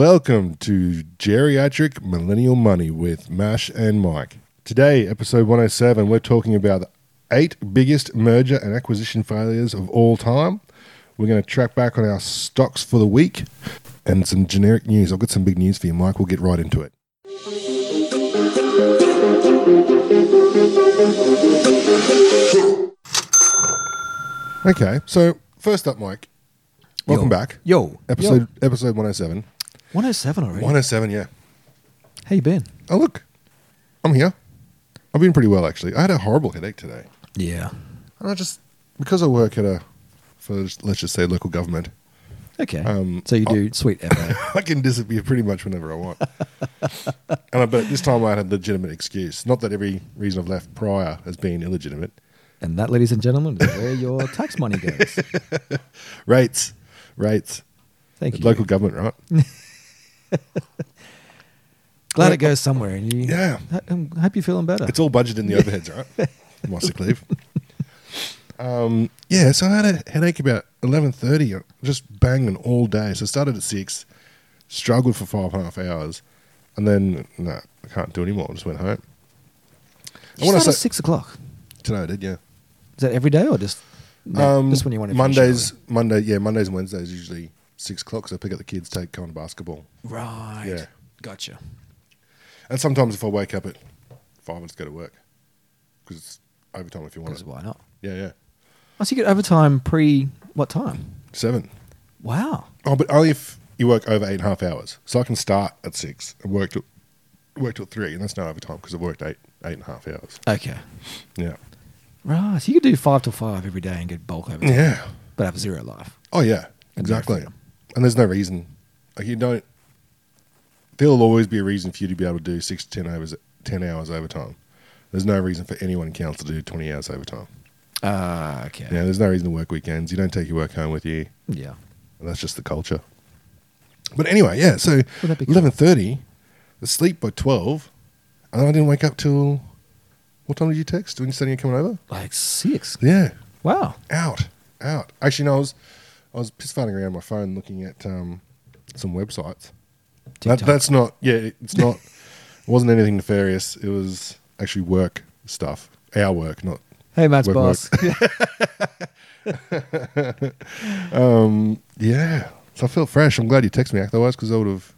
Welcome to Geriatric Millennial Money with Mash and Mike. Today, episode 107, we're talking about the eight biggest merger and acquisition failures of all time. We're going to track back on our stocks for the week and some generic news. I've got some big news for you, Mike. We'll get right into it. Okay, so first up, Mike. Welcome back. Yo. Episode oh- episode 107. 107 already. 107, yeah. How you been? Oh, look, I'm here. I've been pretty well, actually. I had a horrible headache today. Yeah. And I just, because I work at a, for let's just say local government, Okay. Um, so you do sweet FA. I can disappear pretty much whenever I want. and I, but this time I had a legitimate excuse. Not that every reason I've left prior has been illegitimate. and that, ladies and gentlemen, is where your tax money goes. Rates, rates. Thank you. Local government, right? Glad it goes somewhere. And you, Yeah. I- I'm hope you're feeling better. It's all budgeted in the overheads, right? My sick leave. Um, yeah, so I had a headache about eleven thirty. Just banging all day. So I started at six, struggled for five and a half hours, and then no, I can't do anymore. I just went home. You wanna start at say- six o'clock. Tonight I did, yeah. Is that every day or just no, just when you want to? finish Um, Mondays, Monday, yeah, Mondays and Wednesdays usually six o'clock. So I pick up the kids, take on basketball, early? Right. Yeah. Gotcha. and sometimes if I wake up at five, I just go to work because it's overtime if you want Because it. why not? Yeah, yeah, Oh, so you get overtime pre what time? seven. Wow. Oh, but only if you work over eight and a half hours. So I can start at six and work till work till three, and that's not overtime because I've worked eight eight and a half hours. Okay. Yeah, Right. So you could do five till five every day and get bulk overtime, yeah. but have zero life. Oh yeah, And no exactly. freedom. And there's no reason. Like you don't. There'll always be a reason for you to be able to do six to ten hours ten hours overtime. There's no reason for anyone in council to do twenty hours overtime. Ah, okay. Yeah, there's no reason to work weekends. You don't take your work home with you. Yeah. And that's just the culture. But anyway, yeah. So that be cool? eleven thirty, asleep by twelve, and then I didn't wake up till. What time did you text when you said you were coming over? Like six. Yeah, Wow. out, out. Actually, no, I was, I was piss farting around my phone looking at um, some websites. That, TikTok. that's not. Yeah, it- it's not. it wasn't anything nefarious. It was actually work stuff. Our work, not. Hey, Matt's Work, boss. Yeah. So I felt fresh. I'm glad you texted me, otherwise, because I would have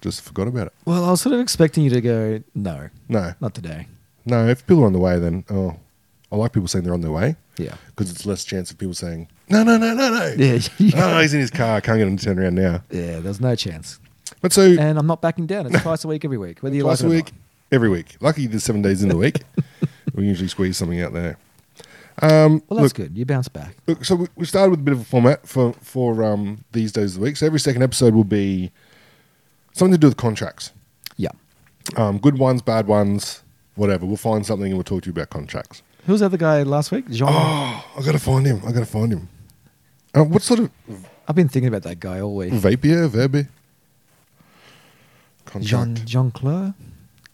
just forgot about it. well, I was sort of expecting you to go, no, No, not today. No, if people are on the way, then oh, I like people saying they're on their way Yeah. because it's less chance of people saying no, no, no, no, no. Yeah. Oh, he's in his car. I can't get him to turn around now. yeah, there's no chance. But so And I'm not backing down. It's twice a week every week, whether you twice like a it or week, every week. Lucky there's seven days in the week. we usually squeeze something out there. Um, not. Well, that's look, good. You bounce back. Look, so we- we started with a bit of a format for for um, these days of the week. So every second episode will be something to do with contracts. Yeah. Um, good ones, bad ones, whatever. We'll find something and we'll talk to you about contracts. Who was the other guy last week? Jean. Oh, I gotta find him. I gotta find him. Uh, what sort of I've been thinking about that guy all week. vapia verbi contract? Jean Jean Claude.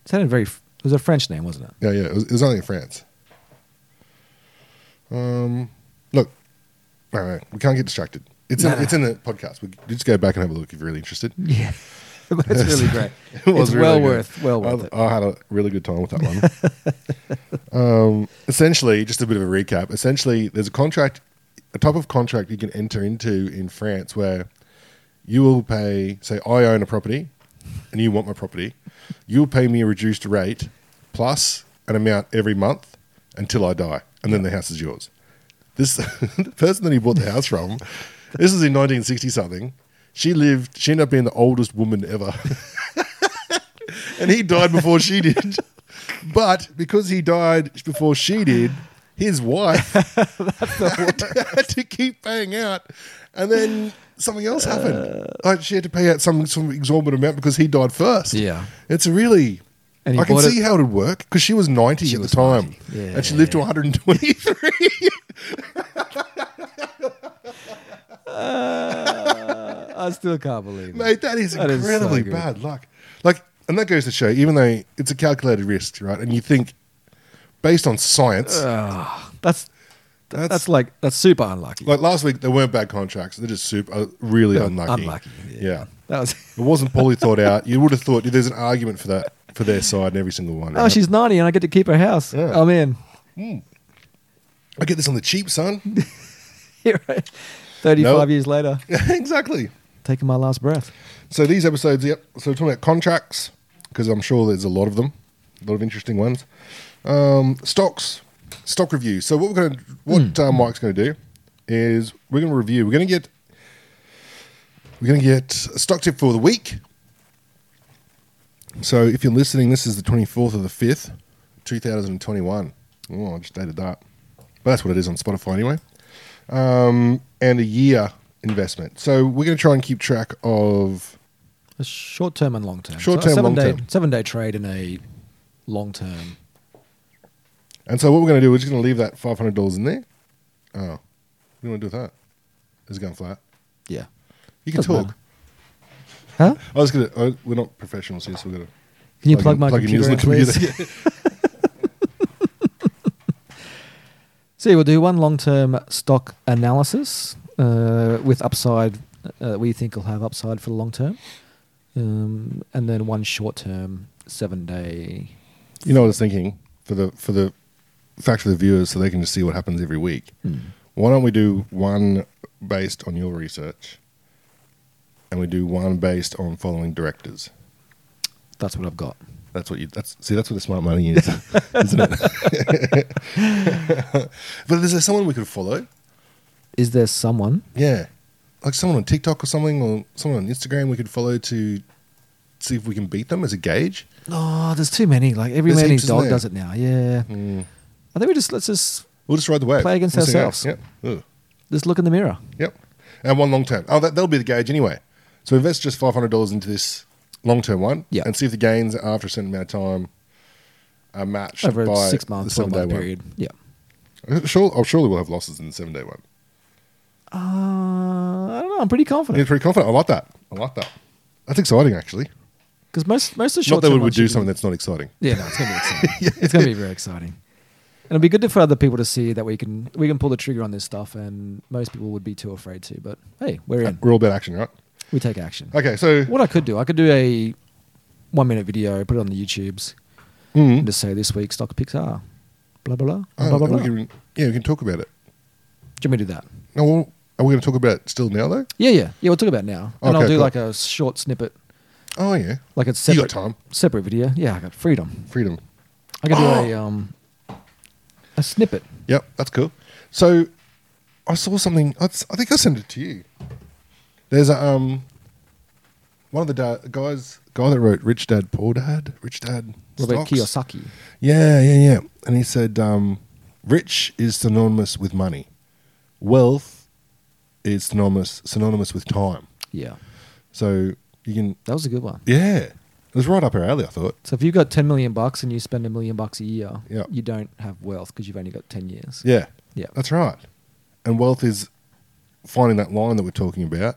Sounded very. f- It was a French name, wasn't it? Yeah, yeah. It was, it was only in France. Um, look, all right, we can't get distracted. It's in, Nah. it's in the podcast. We you just go back and have a look if you're really interested. Yeah. that's really great. It was it's really well good. worth. Well I, worth it. I had a really good time with that one. um, essentially, just a bit of a recap. Essentially, there's a contract, a type of contract you can enter into in France where you will pay. Say, I own a property, and you want my property. You'll pay me a reduced rate plus an amount every month until I die, and then the house is yours. This the person that he bought the house from. This is in 1960 something. She lived. She ended up being the oldest woman ever and he died before she did. But because he died before she did, his wife had, had to keep paying out, and then something else Uh. happened. Like she had to pay out some some exorbitant amount because he died first. Yeah. it's a really. And he I can bought it- see how it would work because she was ninety at was the time, 90. Yeah, and she lived to one hundred and twenty three. I still can't believe it. Mate, that is That is so incredibly good. bad luck. Like, and that goes to show, even though it's a calculated risk, right? And you think, based on science, Ah, that's, That's- that's like that's super unlucky. Like last week, they weren't bad contracts. They're just super, uh, really They were unlucky. unlucky, Yeah. yeah. That was. It wasn't poorly thought out. You would have thought there's an argument for that for their side in every single one. Oh, right? she's ninety, and I get to keep her house. Yeah. I'm in. I get this on the cheap, son. Thirty-five Nope. years later, exactly. taking my last breath. So these episodes, yep. So we're talking about contracts because I'm sure there's a lot of them, a lot of interesting ones. Um, stocks, stock review. So what we're going to, what uh, Mike's going to do is we're going to review. We're going to get, we're going to get a stock tip for the week. So if you're listening, this is the 24th of the 5th, 2021. Oh, I just dated that, but that's what it is on Spotify anyway Um, and a year investment. So we're going to try and keep track of A short term and long term. Short-term, seven day, long-term. Seven day trade in a long term. And so what we're going to do, we're just going to leave that five hundred dollars in there. Oh, what do you want to do with that? It's going flat. Yeah. You can Doesn't talk. matter. Huh? I was going to. We're not professionals here, so we're going to. Can you plug, my computer in, please? So yeah, we'll do one long-term stock analysis uh, with upside uh, we think will have upside for the long term, um, and then one short-term seven-day. you know what I was thinking for the for the fact for the viewers, so they can just see what happens every week. Hmm. Why don't we do one based on your research, and we do one based on following directors. That's what I've got. That's what you. That's see. That's what the smart money is, isn't it? but is there someone we could follow? Is there someone? Yeah, like someone on TikTok or something, or someone on Instagram we could follow to see if we can beat them as a gauge. Oh, there's too many. Like every There's man and heaps, his isn't dog there? Hmm. does it now. Yeah. I think we just let's just We'll just ride the wave. Play against We'll see how it ourselves. goes. Yep. Ugh. just look in the mirror. Yep. And one long term. Oh, that, that'll be the gauge anyway. So invest just five hundred dollars into this long term one, Yeah. and see if the gains after a certain amount of time are matched over by a six the month, twelve seven day month period. Yeah. one. Sure, oh, surely we'll have losses in the seven day one. Uh, I don't know. I'm pretty Yeah, confident pretty confident. I like that. I like that. That's exciting, actually. because most most of the Not short that term we would do something that's not exciting. Yeah, no, it's gonna be exciting. It's gonna be very exciting. And it'll be good to- for other people to see that we can we can pull the trigger on this stuff, and most people would be too afraid to. But hey, we're in. We're all about action, right? We take action. Okay, so What I could do, I could do a one minute video, put it on the YouTubes, Mm. and just say this week stock picks are blah blah blah Oh, blah and blah. blah. we Do you can- yeah, we can talk about it. want me to do that? No, well, are we going to talk about it still now though? Yeah, yeah, yeah. We'll talk about it now, and Okay, I'll do cool. like a short snippet, Oh yeah, like a you separate got time, separate video. Yeah, I got freedom. freedom. I could do a um a snippet. Yep, that's cool. So I saw something. I s- I think I sent it to you. There's a um one of the da- guys guy that wrote Rich Dad Poor Dad, Rich Dad. Robert Stocks. Kiyosaki. Yeah, yeah, yeah. And he said, um, "Rich is synonymous with money. Wealth is synonymous synonymous with time. Yeah, So you can, that was a good one. yeah, it was right up our alley. I thought. So if you've got 10 million bucks and you spend a million bucks a year, Yeah. you don't have wealth because you've only got 10 years. Yeah, Yeah. that's right. And wealth is finding that line that we're talking about,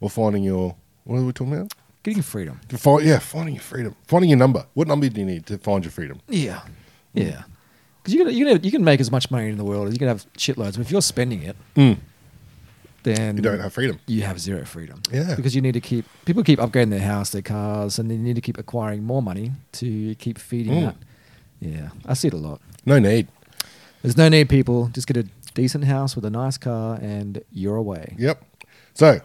or finding your what are we talking about? Getting freedom. To Find, yeah, finding your freedom, finding your number. What number do you need to find your freedom? Yeah. Yeah. Because you can, you, can have- you can make as much money in the world as you can have shitloads. But if you're spending it, then You don't have freedom. you have zero freedom. Yeah. Because you need to keep, people keep upgrading their house, their cars, and then you need to keep acquiring more money to keep feeding Mm. that. Yeah. I see it a lot. No need. There's no need, people. Just get a decent house with a nice car and you're away. Yep. So,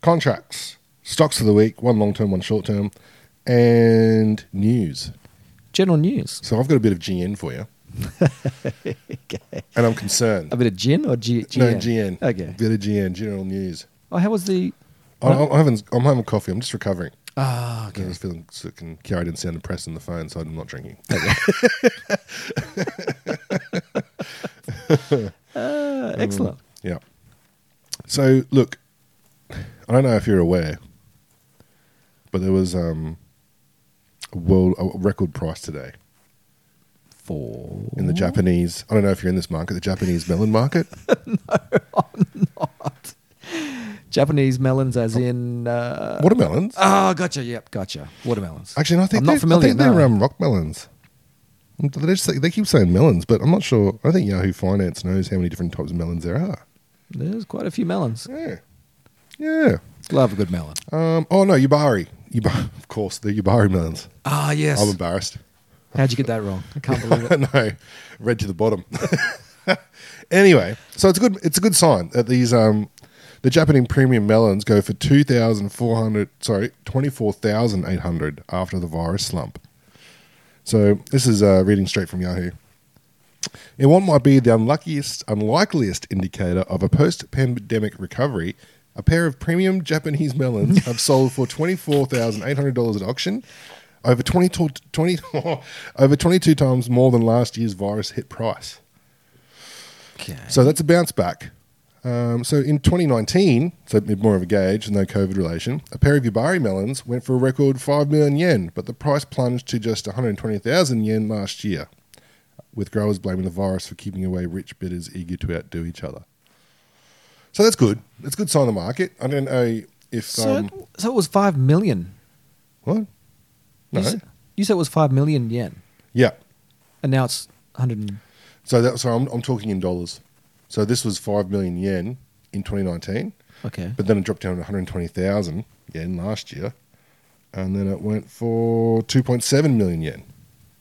contracts, stocks of the week, one long term, one short term, and news. General news. So I've got a bit of GN for you, and I'm concerned. A bit of gin or G- GN? No GN. Okay. Bit of GN. General news. Oh, how was the? I, I'm having. I'm having coffee. I'm just recovering. Ah, I was feeling sick and carried and sound depressed on the phone, so I'm not drinking. uh, excellent. yeah. So look, I don't know if you're aware, but there was um, a world a record price today Four. in the Japanese. I don't know if you're in this market, the Japanese melon market. Japanese melons, as in. Uh, Watermelons. oh, gotcha. Yep, gotcha. Watermelons. Actually, no, I think I'm they're, not familiar. I think they're no. um, rock melons. They just say, they keep saying melons, but I'm not sure. I think Yahoo Finance knows how many different types of melons there are. There's quite a few melons. Yeah. Yeah. Love a good melon. Um, oh no, Yubari. Yubari, of course, the Yubari melons. Ah, yes. I'm embarrassed. How'd you get that wrong? I can't believe it. no, red to the bottom. anyway, so it's a good. It's a good sign that these um, the Japanese premium melons go for two thousand four hundred. Sorry, twenty four thousand eight hundred after the virus slump. So this is uh, reading straight from Yahoo. In what might be the unluckiest, unlikeliest indicator of a post-pandemic recovery, a pair of premium Japanese melons have sold for twenty-four thousand eight hundred dollars at auction, over 22, 20 over twenty-two times more than last year's virus hit price. Okay. So that's a bounce back. Um, so in 2019, so a bit more of a gauge, no COVID relation, a pair of Yubari melons went for a record 5 million yen, but the price plunged to just 120,000 yen last year, with growers blaming the virus for keeping away rich bidders eager to outdo each other. So that's good. That's a good sign of the market. I don't know if. So, um, so it was 5 million. what? No. You, said, you said it was 5 million yen, Yeah. and now it's 100. And, So that, so I'm, I'm talking in dollars. So this was 5 million yen in 2019. okay. But then it dropped down to 120,000 yen last year. And then it went for 2.7 million yen.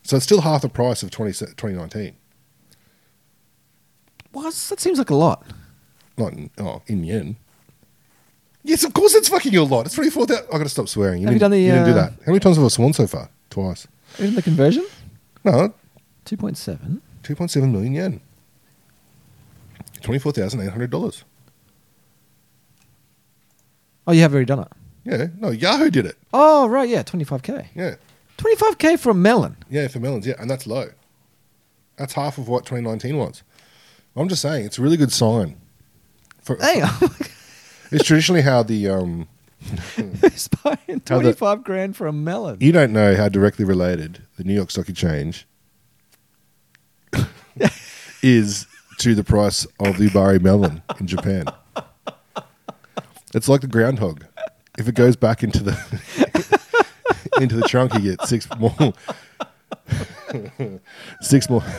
So it's still half the price of 20, 2019. Well, that's- that seems like a lot. Not in, oh, in yen. Yes, of course it's fucking a lot. It's 24,000. i got to stop swearing. You, Have you didn't, done the, you didn't do uh, that. How many times have I sworn so far? Twice. Isn't the conversion? No, 2.7. 2.7 million yen. $24,800. Oh, you have already done it. Yeah. No, Yahoo did it. Oh, right. Yeah, 25K. Yeah. 25K for a melon. Yeah, for melons, yeah, and that's low. That's half of what 2019 was. I'm just saying, it's a really good sign. For, Hang on. It's traditionally how the um, Who's buying How the- 25 grand for a melon? you don't know how directly related the New York Stock Exchange is to the price of the Ubari melon in Japan. It's like the groundhog. If it goes back into the into the trunk, you get six more six more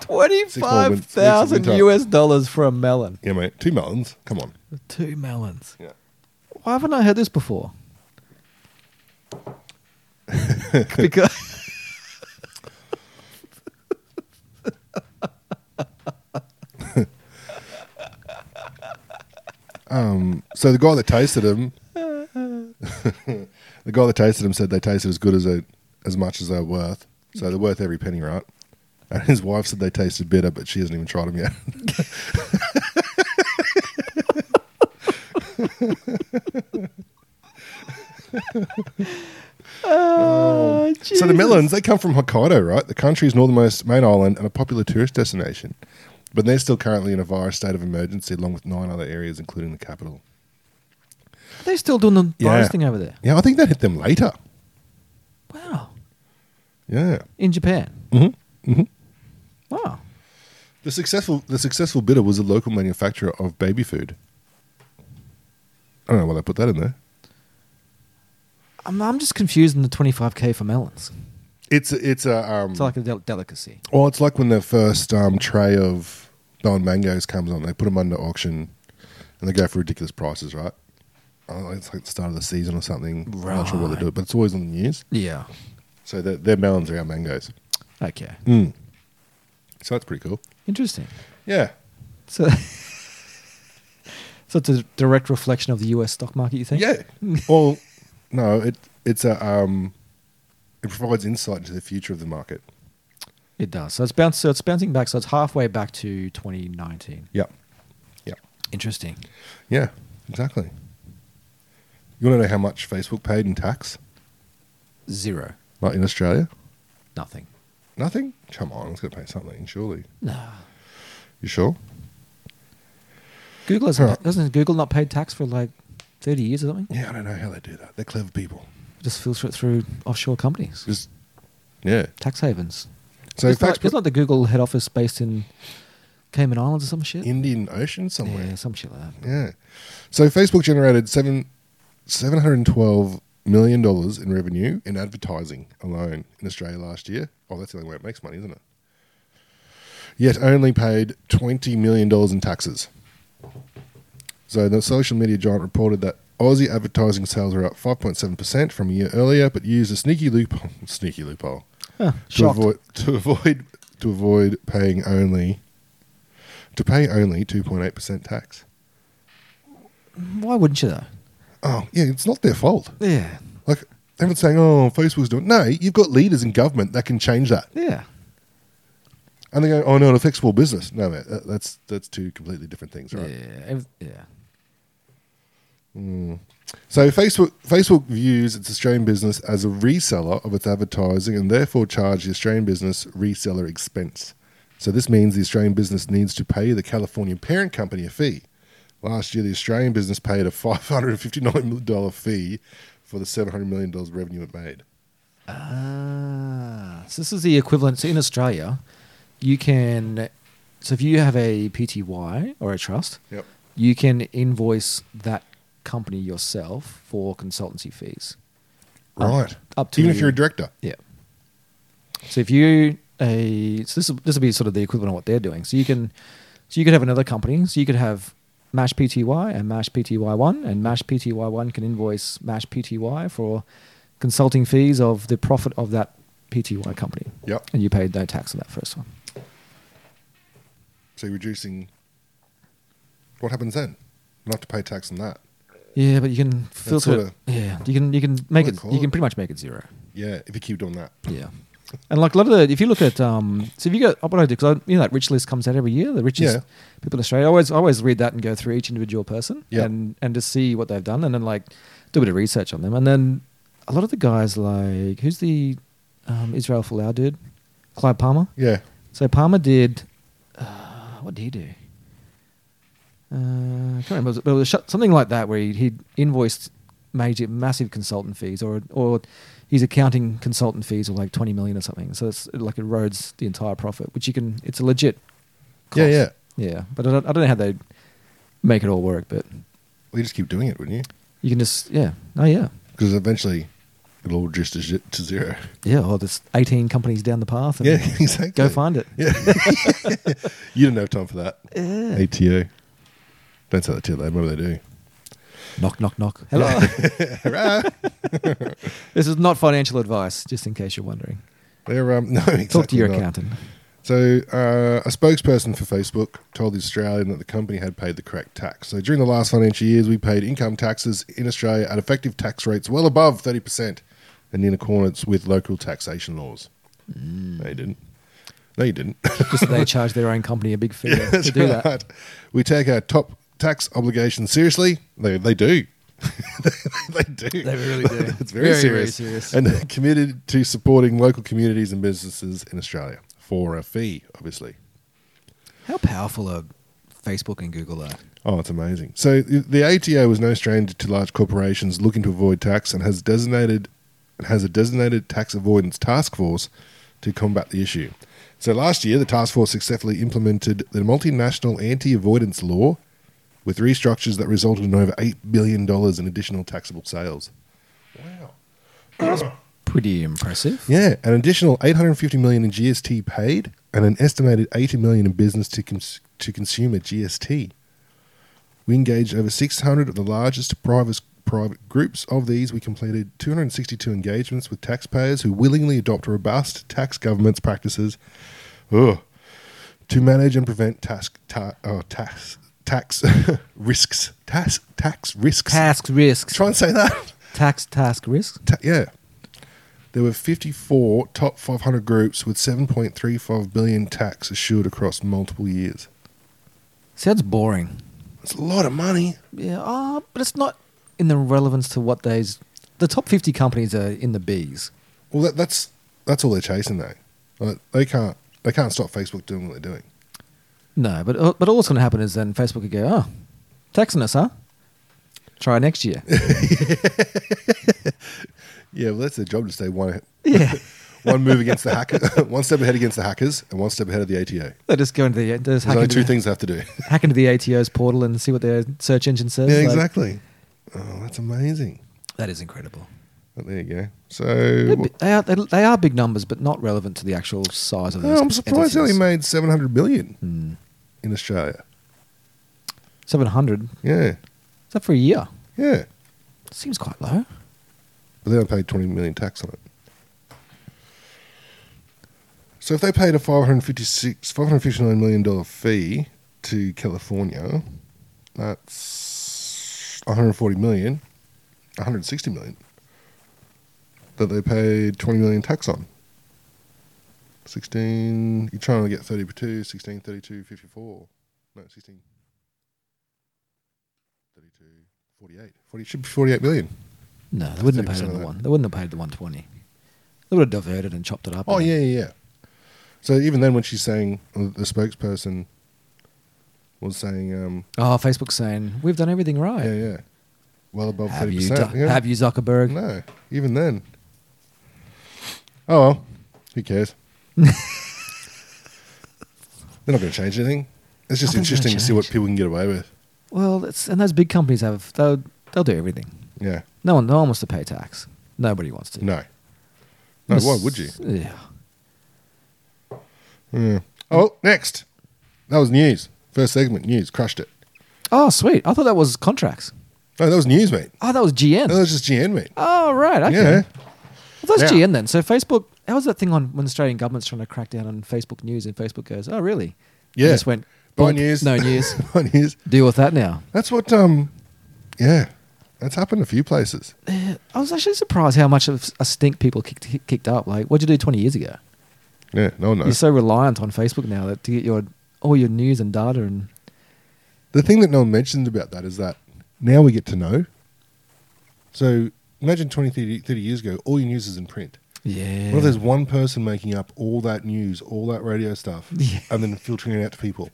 25,000 Six more win- US dollars for a melon. yeah, mate, two melons. Come on. Two melons. Yeah. Why haven't I heard this before? because So the guy that tasted them, the guy that tasted them said they tasted as good as a, as much as they're worth. So they're worth every penny, right? And his wife said they tasted bitter, but she hasn't even tried them yet. Oh, so the Jesus. melons, they come from Hokkaido, right? The country's northernmost main island and a popular tourist destination. But they're still currently in a virus state of emergency, along with nine other areas, including the capital. Are they still doing the virus Yeah. thing over there? Yeah, I think that hit them later. Wow. Yeah. In Japan. hmm Mm-hmm. Wow. The successful the successful bidder was a local manufacturer of baby food. I don't know why they put that in there. I'm, I'm just confused in the 25K for melons. It's a- it's a um, It's like a del- delicacy. well, it's like when the first um, tray of bowen mangoes comes on, they put them under auction, and they go for ridiculous prices, right? I don't know, It's like the start of the season or something. I'm not sure what they Right. do, but it's always on the news. Yeah. So their their melons are our mangoes. Okay. Mm. So that's pretty cool. Interesting. Yeah, So, so it's a direct reflection of the U.S. stock market, you think? yeah. well, no, it it's a um, it provides insight into the future of the market. it does. So it's bounce, so it's bouncing back. So it's halfway back to 2019. Yep. Yep. Interesting. Yeah, exactly. You want to know how much Facebook paid in tax, Zero. like in Australia? Nothing. Nothing? Come on, it's going to pay something, surely. No. You sure? Google hasn't, Huh. doesn't Google not paid tax for like 30 years or something? Yeah, I don't know how they do that. They're clever people. Just filter it through offshore companies, Just, yeah. tax havens. So it's, Facebook, like, it's like the Google head office based in Cayman Islands or some shit. Indian Ocean somewhere. Yeah, some shit like that. Yeah. So Facebook generated seven, $712 million in revenue in advertising alone in Australia last year. Oh, that's the only way it makes money, isn't it? yet only paid $20 million in taxes. So the social media giant reported that Aussie advertising sales are up 5.7% from a year earlier, but used a sneaky loophole, sneaky loophole Huh, to shocked. avoid, to avoid to avoid paying only to pay only 2.8% tax. Why wouldn't you though? Oh, yeah, it's not their fault. Yeah. Like everyone's saying, "Oh, Facebook's doing." No, you've got leaders in government that can change that. Yeah. And they go, "Oh no, it affects small business." No, mate, that, that's that's two completely different things, right? Yeah. ev- Yeah. So Facebook Facebook views its Australian business as a reseller of its advertising and therefore charge the Australian business reseller expense. So this means the Australian business needs to pay the Californian parent company a fee. Last year, the Australian business paid a five hundred and fifty nine million dollar fee for the seven hundred million dollars revenue it made. Ah, so this is the equivalent. So in Australia, you can. So if you have a PTY or a trust, Yep. you can invoice that company yourself for consultancy fees. Up- Right. up to- even if you're a director. Yeah. So if you a so this will- this will be sort of the equivalent of what they're doing. So you can so you could have another company. So you could have Mash PTY and Mash PTY one, and Mash PTY one can invoice Mash PTY for consulting fees of the profit of that PTY company, Yep. and you paid no tax on that first one. So you're reducing. What happens then? You don't have to pay tax on that. Yeah, but you can filter. sorta- It. Yeah, you can you can make do it. they call You can it? pretty much make it zero. Yeah, if you keep doing that. Yeah. And like a lot of the, if you look at, um, so if you go, what I do, because you know that rich list comes out every year, the richest Yeah. people in Australia. I always, I always read that and go through each individual person Yeah. and and to see what they've done, and then like do a bit of research on them, and then a lot of the guys like who's the um, Israel Folau dude, Clive Palmer. Yeah. So Palmer did, uh, what did he do? Uh, I can't remember, but it was sh- something like that where he he invoiced major massive consultant fees, or or his accounting consultant fees were like twenty million or something. So it's it like erodes the entire profit, which you can. It's a legit. Cost. Yeah, yeah. yeah. But I don't, I don't know how they make it all work, but Well, you just keep doing it, wouldn't you? you can just yeah, oh yeah, Because eventually it'll all reduce to, zi- to zero. yeah. Oh, there's eighteen companies down the path. And Yeah, exactly. Go find it. Yeah. you don't have time for that. Yeah. ATO. Don't say that to them. What do they do? Knock, knock, knock. Hello. Hurrah! this is not financial advice, just in case you're wondering. They're, um, no, exactly Talk to your not. accountant. So, uh, a spokesperson for Facebook told the Australian that the company had paid the correct tax. So, during the last financial years, we paid income taxes in Australia at effective tax rates well above 30% and in accordance with local taxation laws. No, you didn't. No, you didn't. Just that Mm. they charge their own company a big fee to That's do that. right. We take our top tax obligations seriously. They, they do. they do. They really do. it's very, Very, very serious. serious. And they're committed to supporting local communities and businesses in Australia for a fee, obviously. How powerful are Facebook and Google are? Oh, it's amazing. So th- the ATO is no stranger to large corporations looking to avoid tax and has designated has a designated tax avoidance task force to combat the issue. So last year, the task force successfully implemented the multinational anti-avoidance law with restructures that resulted in over eight billion dollars in additional taxable sales. Wow. Pretty impressive. Yeah, an additional 850 million in GST paid and an estimated 80 million in business to cons- to consumer GST. We engaged over 600 of the largest private private groups. Of these, we completed 262 engagements with taxpayers who willingly adopt robust tax governance practices ugh, to manage and prevent tax ta- oh, tax tax risks tax tax risks. Task risks. Try and say that. Tax task risks. Ta- yeah. There were 54 top 500 groups with 7.35 billion tax assured across multiple years. Sounds boring. That's a lot of money. Yeah, ah, but it's not in the relevance to what they's. The top fifty companies are in the B's. Well, that, that's that's all they're chasing though. Like, they can't they can't stop Facebook doing what they're doing. No, but uh, but all that's going to happen is then Facebook could go, oh, taxing us, huh? Try next year. Yeah, well, that's their job to stay one yeah. one move against the hacker, one step ahead against the hackers, and one step ahead of the ATO. They just go into the they just There's hack only into, two the, things they have to do. hack into the ATO's portal and see what their search engine says. yeah, Like, exactly. Oh, that's amazing. that is incredible. But there you go. So They're bi- They are, they, they are big numbers, but not relevant to the actual size of Oh, these I'm surprised they only entities. made 700 billion Hmm. in Australia. 700. Is Yeah, that for a year? yeah. Seems quite low. But they don't pay 20 million tax on it. So if they paid a 556, 559 million dollar fee to California, that's 140 million, 160 million that they paid 20 million tax on. 16, you're trying to get 32, 16, 32, 54. No, 16, 32, 48. 40, should be 48 million. No, they wouldn't have 30% paid of the that. one. They wouldn't have paid the 120. They would have diverted and chopped it up. Oh and- yeah, yeah. yeah. So even then, when she's saying the spokesperson was saying, um, Oh, Facebook's saying we've done everything right. yeah, yeah, well above Have thirty you, percent. Du- have you Zuckerberg? No, even then. Oh well, who cares? They're not going to change anything. It's just Nothing's gonna interesting to see what change. people can get away with. Well, it's, and those big companies have they'll they'll do everything. Yeah. No one no one wants to pay tax. Nobody wants to. No. No. Why would you? Yeah. Yeah. Oh, next. That was news. First segment news crushed it. Oh, sweet. I thought that was contracts. No, that was news, mate. Oh, that was GN. That was just GN, mate. oh, right. Okay. Yeah. Well, that's Yeah. GN then. So Facebook, how was that thing on when the Australian government's trying to crack down on Facebook news and Facebook goes, oh, really? Yeah. And just went, Bye bonk, news. No news. Bye news. Deal with that now. That's what. Um, yeah, that's happened a few places. Eh, I was actually surprised how much of a stink people kicked, kicked up. Like, what'd you do 20 years ago? Yeah, no one knows. You're so reliant on Facebook now that to get your all your news and data and the thing that no one mentions about that is that now we get to know. So imagine 20, 30, 30 years ago, all your news is in print. yeah. What if there's one person making up all that news, all that radio stuff, Yeah. and then filtering it out to people?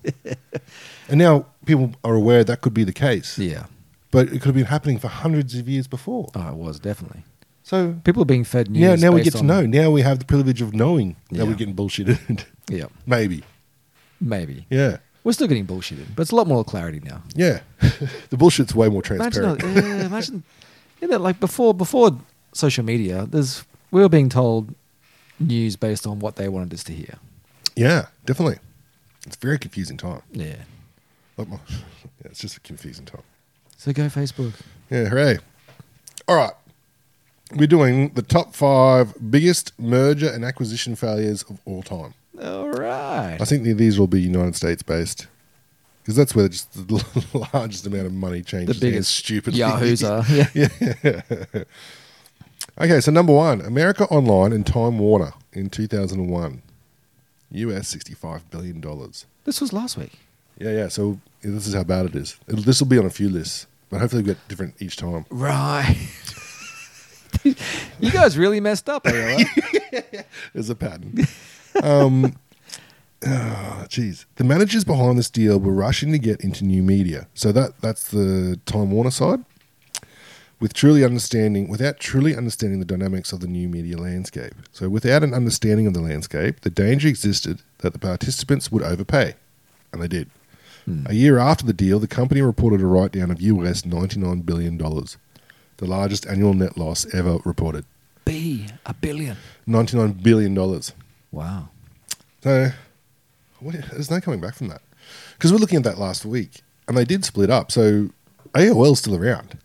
and now people are aware that could be the case, yeah. but it could have been happening for hundreds of years before. Oh, it was definitely. So People are being fed news. now, now we based get to on- know. Now we have the privilege of knowing that Yeah. we're getting bullshitted. Yeah, Maybe. maybe. Yeah. We're still getting bullshitted, but it's a lot more clarity now. Yeah, the bullshit's way more Imagine, transparent. uh, yeah, imagine, you know, like before before social media, there's we were being told news based on what they wanted us to hear. yeah, definitely. It's a very confusing time. Yeah. Like my- Yeah, it's just a confusing time. So go Facebook. Yeah, hooray! All right, we're doing the top five biggest merger and acquisition failures of all time. All right. I think the- these will be United States based because that's where just the largest amount of money The changes. hands biggest stupidly. Yahoos are. Yeah. Okay, so number one, America Online and Time Warner in two thousand and one, U.S. sixty-five billion dollars. This was last week. Yeah, yeah. So yeah, this is how bad it is. It'll, this will be on a few lists, but hopefully we get different each time. Right. you guys really messed up. AOL. There's a pattern. um, ah, jeez, the managers behind this deal were rushing to get into new media. So that that's the Time Warner side. With truly understanding, without truly understanding the dynamics of the new media landscape. So, without an understanding of the landscape, the danger existed that the participants would overpay, and they did. A year after the deal, the company reported a write down of US $99 billion, the largest annual net loss ever reported. B, a billion. $99 billion. Wow. So what, there's no coming back from that. Because we're looking at that last week, and they did split up. So AOL's still around,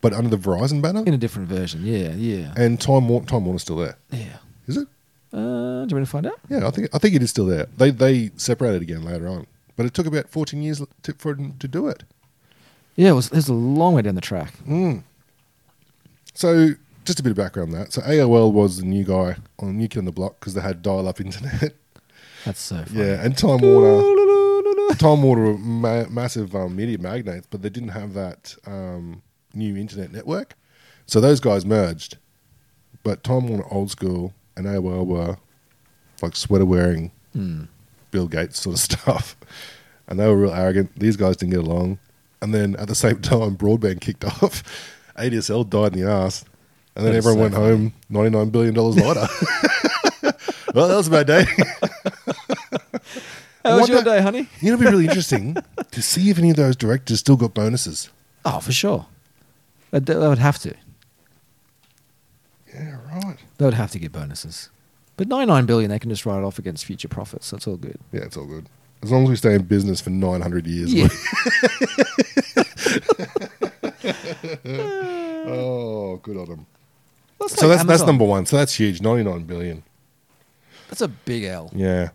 but under the Verizon banner, In a different version. Yeah, yeah. and Time Warner, Time Warner's still there. Yeah. Is it? Uh, do you want to find out? Yeah, I think I think it is still there. They they separated again later on, but it took about 14 years to, for them to do it. Yeah, it was, there's a long way down the track. So just a bit of background on that. So AOL was the new guy on New Kid on the Block because they had dial-up internet. That's so funny. yeah, and Time Warner. Time Warner were ma- massive um, media magnates, but they didn't have that um, new internet network. So those guys merged. But Time Warner Old School and AOL were like sweater wearing Mm. Bill Gates sort of stuff. And they were real arrogant. These guys didn't get along. And then at the same time, broadband kicked off. ADSL died in the ass. And then That is everyone so went home $99 billion later. well, that was a bad day. How was What your the- day, honey? You know, it'd be really interesting to see if any of those directors still got bonuses. Oh, for sure. I, d- I would have to. They would have to get bonuses. But 99 billion, they can just write it off against future profits. That's all good. Yeah, it's all good. As long as we stay in business for 900 years. Yeah. we- oh, good on them. That's so like that's, that's Amazon. number one. So that's huge 99 billion. That's a big L. Yeah.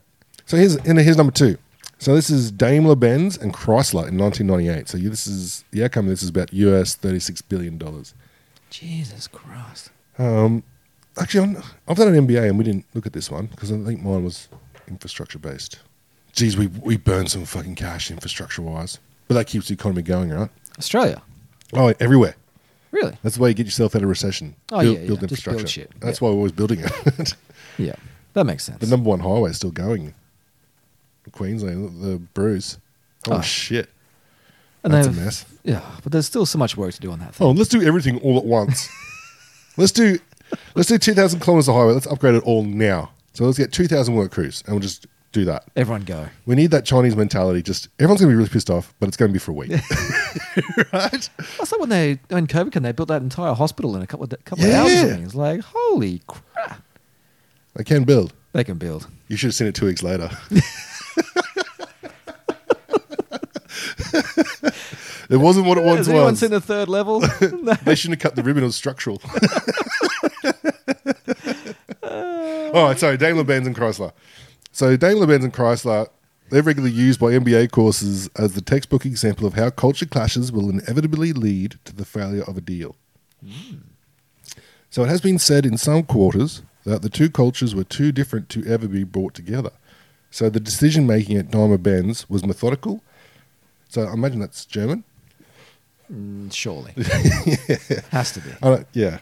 So here's and here's number two. So this is Daimler Benz and Chrysler in 1998. So you, this is the outcome. of This is about US 36 billion dollars. Jesus Christ. Um, actually, on, I've done an MBA and we didn't look at this one because I think mine was infrastructure based. Geez, we we burn some fucking cash infrastructure wise, but that keeps the economy going, right? Australia. Oh, everywhere. Really? That's the way you get yourself out of recession. Oh, yeah, yeah. Just build shit. That's Yeah. why we're always building it. Yeah. That makes sense. the number one highway is still going. Queensland, the Bruce. Oh, Oh. shit. and that's a they've- mess. Yeah, but there's still so much work to do on that thing. Oh, let's do everything all at once. let's do let's do two thousand kilometers of highway. Let's upgrade it all now. So let's get two thousand work crews, and we'll just do that. Everyone go. We need that Chinese mentality. Just everyone's going to be really pissed off, but it's going to be for a week. right? That's like when they when COVID came, they built that entire hospital in a couple of, da- couple Yeah. of hours. and It's like holy crap, They can build. they can build. You should have seen it two weeks later. it wasn't what it once Has anyone was. seen the third level? No. They shouldn't have cut the ribbon. It was structural. All right, sorry. Daimler Benz and Chrysler. So Daimler Benz and Chrysler, they're regularly used by MBA courses as the textbook example of how culture clashes will inevitably lead to the failure of a deal. So it has been said in some quarters that the two cultures were too different to ever be brought together. So the decision making at Daimler Benz was methodical. So I imagine that's German. Mm, Surely, has to be. Uh, yeah.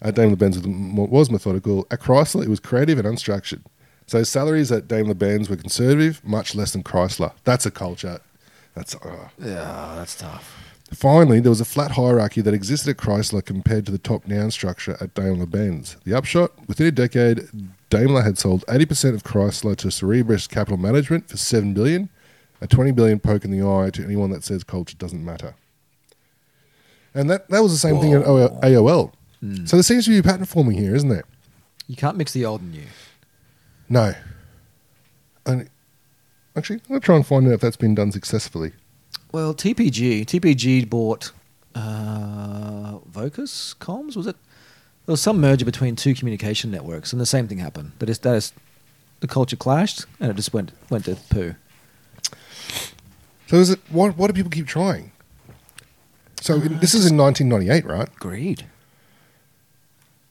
At Daimler Benz was- was methodical. At Chrysler, it was creative and unstructured. So salaries at Daimler Benz were conservative, much less than Chrysler. That's a culture. That's uh. Yeah, that's tough. finally there was a flat hierarchy that existed at Chrysler compared to the top-down structure at Daimler Benz. The upshot: within a decade, Daimler had sold 80% of Chrysler to Cerebras Capital Management for seven billion, a 20 billion poke in the eye to anyone that says culture doesn't matter. And that, that was the same thing at O- AOL. So there seems to be a pattern forming here, isn't there? You can't mix the old and new. No. And actually, I'm going to try and find out if that's been done successfully. Well, TPG, TPG bought uh, Vocus Comms. Was it? There was some merger between two communication networks, and the same thing happened. That is, that is, the culture clashed, and it just went went to poo. So is it why, why do people keep trying? So Uh, in, this is in 1998, right? Greed.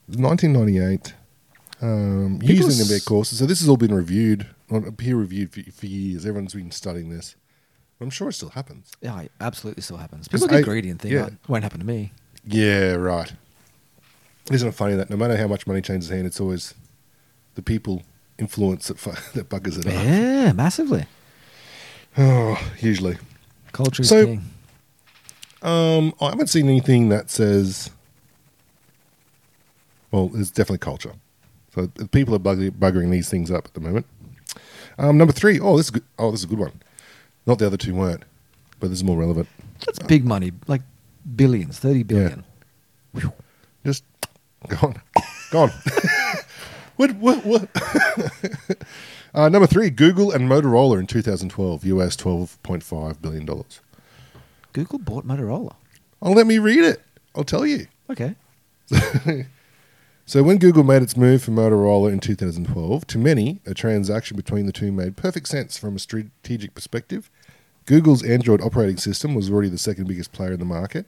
1998. Um, People using s- the MBA courses. So this has all been reviewed, on peer reviewed for, for years. Everyone's been studying this. I'm sure it still happens. Yeah, it absolutely still happens. 'Cause People get I- greedy and think, yeah. "Oh, it won't happen to me. Yeah, right. Isn't it funny that no matter how much money changes hand, it's always the people influence that, fu- that buggers it up. Yeah, uh, massively. Oh, usually. Culture is So- king. Um, I haven't seen anything that says. Well, there's definitely culture. So the people are bugger- buggering these things up at the moment. Um, number three. Oh, this is good. Oh, this is a good one. Not the other two weren't, but this is more relevant. That's big money, like billions, 30 billion. Just gone, gone. what? What? What? uh, number three. Google and Motorola in 2012, US 12.5 billion dollars. Google bought Motorola. Oh, let me read it. I'll tell you. Okay. So when Google made its move for Motorola in 2012, to many, a transaction between the two made perfect sense from a strategic perspective. Google's Android operating system was already the second biggest player in the market,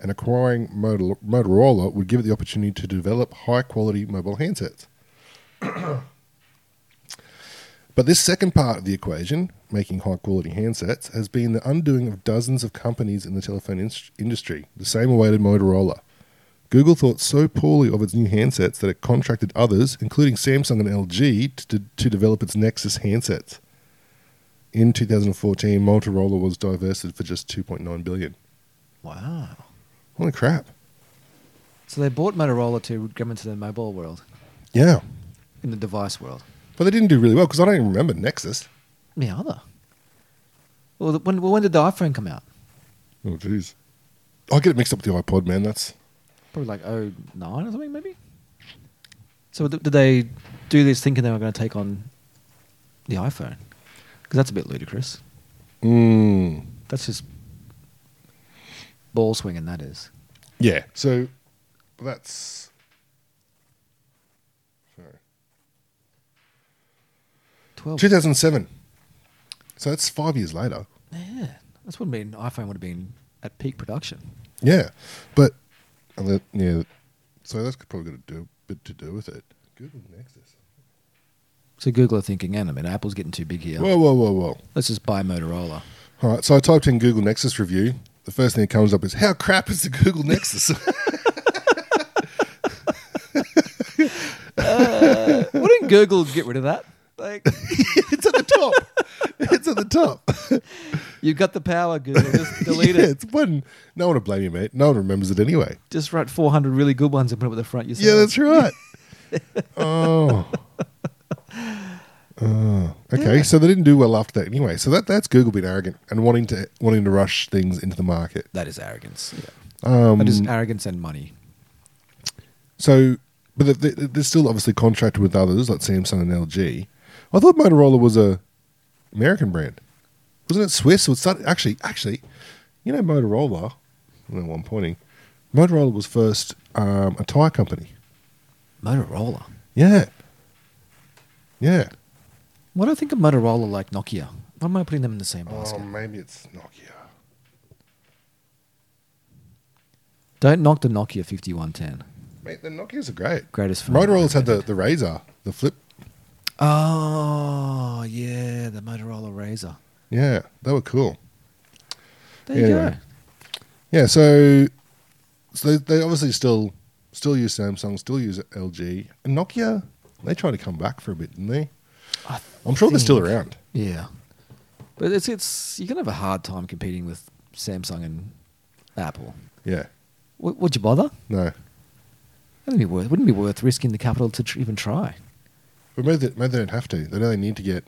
and acquiring Motor- Motorola would give it the opportunity to develop high-quality mobile handsets. But this second part of the equation, making high quality handsets, has been the undoing of dozens of companies in the telephone ins- industry, the same awaited Motorola. Google thought so poorly of its new handsets that it contracted others, including Samsung and LG, to, to develop its Nexus handsets. In 2014, Motorola was divested for just 2.9 billion. Wow. Holy crap! So they bought Motorola to come into the mobile world, Yeah, in the device world. but they didn't do really well because I don't even remember Nexus. Yeah, other. Well, the- when, well, when did the iPhone come out? Oh, jeez, I get it mixed up with the iPod, man. That's oh Probably like 09 or something, maybe? So th- did they do this thinking they were going to take on the iPhone? Because that's a bit ludicrous. Mm. That's just ball swinging. That is. Yeah. So that's. Sorry. 12. 2007. So that's five years later. Yeah, that's what I mean. iPhone would have been at peak production. Yeah. But, and that- yeah. So that's probably got to do bit to do with it. Google Nexus. So Google are thinking, and I mean, Apple's getting too big here. Whoa, whoa, whoa, whoa. Let's just buy Motorola. All right. So I typed in Google Nexus review. The first thing that comes up is how crap is the Google Nexus? Wouldn't Google get rid of that? Like, it's at the top. It's at the top. you've got the power, Google. Just delete Yeah, it. It's one. No one will blame you, mate. No one remembers it anyway. Just write 400 really good ones and put them at the front yourself. Yeah, that's right. oh. Oh. okay, so they didn't do well after that anyway. So that that's Google being arrogant and wanting to wanting to rush things into the market. That is arrogance. Um, That is arrogance and money. so, but they- they- they're still obviously contracted with others like Samsung and LG. I thought Motorola was a American brand, wasn't it Swiss? Or it started, actually, actually, you know Motorola. I don't know why I'm pointing. Motorola was first um, a tire company. Motorola. Yeah. Yeah. Why do I think of Motorola like Nokia? Why am I putting them in the same basket? Oh, maybe it's Nokia. Don't knock the Nokia 5110. Mate, the Nokias are great. Greatest phone. Motorola's had ever the, the Razor, the flip. made. Oh, yeah, the Motorola Razor. Yeah, they were cool. There you Anyway. go. Yeah, so so they, they obviously still still use Samsung, still use LG. And Nokia, they tried to come back for a bit, didn't they? I I'm sure they're still think- around. Yeah, but it's it's you're gonna have a hard time competing with Samsung and Apple. Yeah. W- would you bother? No. That'd be worth. Wouldn't be worth risking the capital to tr- even try. But maybe they, maybe they don't have to. They know they need to get.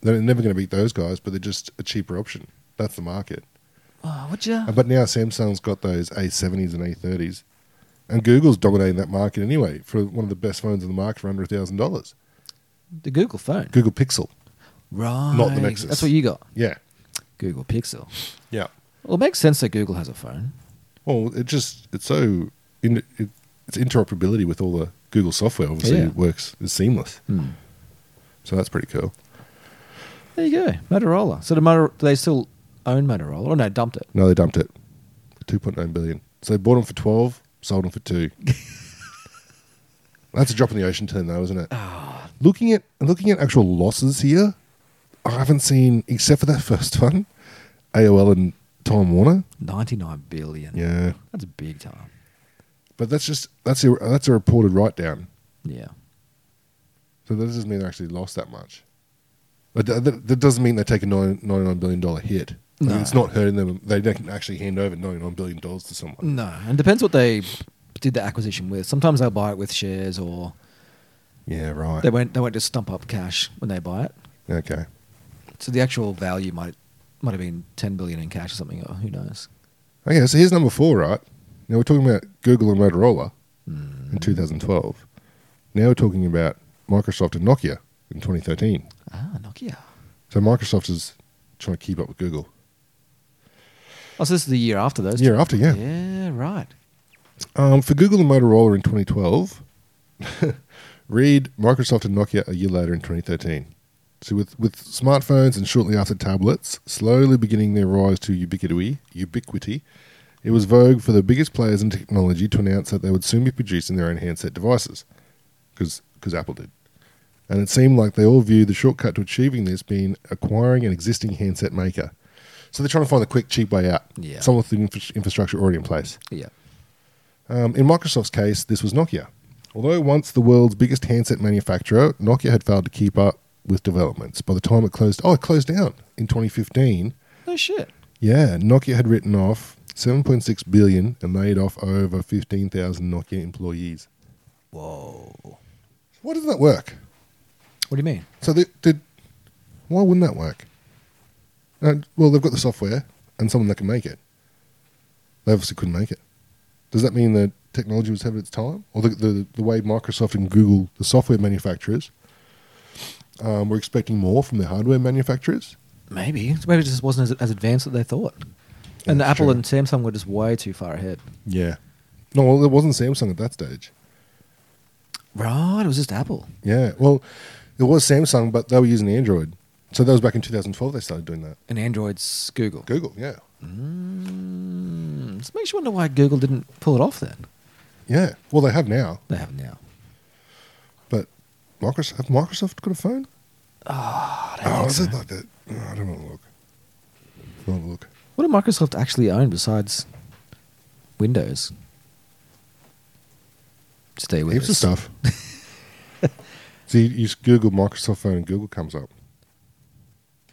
They're never going to beat those guys, but they're just a cheaper option. That's the market. Oh, would you? Uh, But now Samsung's got those A70s and A30s, and Google's dominating that market anyway for one of the best phones in the market for under thousand dollars. The Google phone. Google Pixel. right. Nexus. That's what you got. Yeah, Google Pixel. yeah. Well, it makes sense that Google has a phone. Well, it just it's so in, it, its interoperability with all the Google software obviously Yeah. works. It's seamless, Hmm. so that's pretty cool. There you go. Motorola. So the Motor- do they still own Motorola? Or no, dumped it. No, they dumped it. Two point nine billion. So they bought them for twelve, sold them for two. That's a drop in the ocean to them, though, isn't it? Looking at looking at actual losses here, I haven't seen except for that first one, AOL and Time Warner. Ninety-nine billion. Yeah, That's big time. but that's just that's a that's a reported write down. Yeah. So that doesn't mean they actually lost that much. But that, that, that doesn't mean they take a nine- $99 billion hit. I mean, No. it's not hurting them. They don't actually hand over $99 billion to someone. No, and depends what they did the acquisition with. Sometimes they'll buy it with shares, or Yeah, right. they won't they won't just stump up cash when they buy it. okay. So the actual value might might have been ten billion in cash or something, or who knows? Okay, so here's number four, right? Now we're talking about Google and Motorola in Mm. 2012. Now we're talking about Microsoft and Nokia in 2013. Ah, Nokia. So Microsoft is trying to keep up with Google. Oh, so this is the year after those. Year after, yeah. Yeah, right. Um, for Google and Motorola in 2012, read Microsoft and Nokia a year later in 2013. So with, with smartphones and shortly after tablets slowly beginning their rise to ubiquity, ubiquity, it was vogue for the biggest players in technology to announce that they would soon be producing their own handset devices, because Apple did. And it seemed like they all viewed the shortcut to achieving this being acquiring an existing handset maker. So they're trying to find the quick, cheap way out. Yeah. Some of the infra- infrastructure already in place. Yeah. Um, in Microsoft's case, this was Nokia. Although once the world's biggest handset manufacturer, Nokia had failed to keep up with developments. By the time it closed, oh, it closed down in 2015. No shit. Yeah, Nokia had written off 7.6 billion and laid off over 15,000 Nokia employees. Whoa. Why doesn't that work? What do you mean? So they did. Why wouldn't that work? Uh, well, they've got the software and someone that can make it. They obviously couldn't make it. Does that mean that technology was ahead of its time, or the, the, the way Microsoft and Google, the software manufacturers, um, were expecting more from their hardware manufacturers. Maybe. So maybe it just wasn't as, as advanced as they thought. And the That's Apple true. and Samsung were just way too far ahead. Yeah. No, well, it wasn't Samsung at that stage. Right, it was just Apple. Yeah. Well, it was Samsung, but they were using Android. So that was back in 2012 they started doing that. And Android's Google. Google, yeah. Mm, this makes you wonder why Google didn't pull it off then. Yeah. Well, they have now, They have now. but Microsoft, have Microsoft got a phone? I don't Oh, Ah, think is so. it like that? Oh, I don't want to look. I don't want to look. What did Microsoft actually own besides Windows? Stay with Heaps us. of stuff. so you, you just Google Microsoft phone and Google comes up.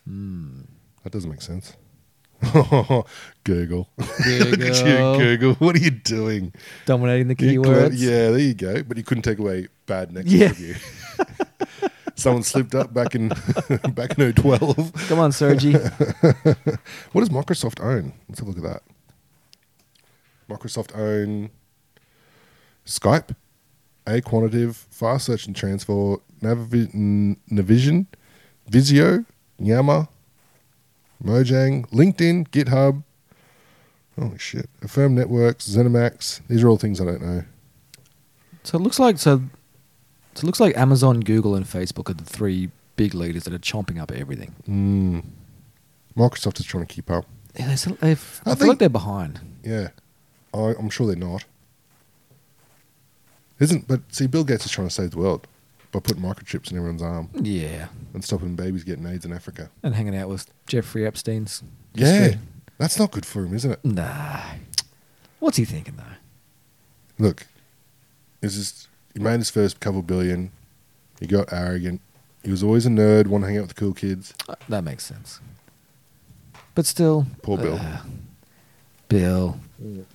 Mm. That doesn't make sense. Google. Look at Google. you, Google. What are you doing? Dominating the You clever- keywords. Yeah, there you go. But you couldn't take away bad next Yeah. review. Someone slipped up back in back in 012. Come on, Sergi. What does Microsoft own? Let's have a look at that. Microsoft own Skype, A Quantitative, Fast Search and Transfer, Navi- N- Navision, Vizio, Yammer, Mojang, LinkedIn, GitHub. Oh shit! Affirm Networks, ZeniMax. These are all things I don't know. so it looks like so, so it looks like Amazon, Google, and Facebook are the three big leaders that are chomping up everything. Mm. Microsoft is trying to keep up. Yeah, they still- they f- I I feel like think- they're behind. Yeah, I, I'm sure they're not. Isn't but see, Bill Gates is trying to save the world by putting microchips in everyone's arm Yeah, and stopping babies getting AIDS in Africa. and hanging out with Jeffrey Epstein's. Yeah, history. that's not good for him, isn't it? Mm. Nah. What's he thinking though? Look, it's just he made his first couple billion. He got arrogant. He was always a nerd, want to hang out with the cool kids. Uh, That makes sense. But still, Poor Bill. uh, Bill. Mm.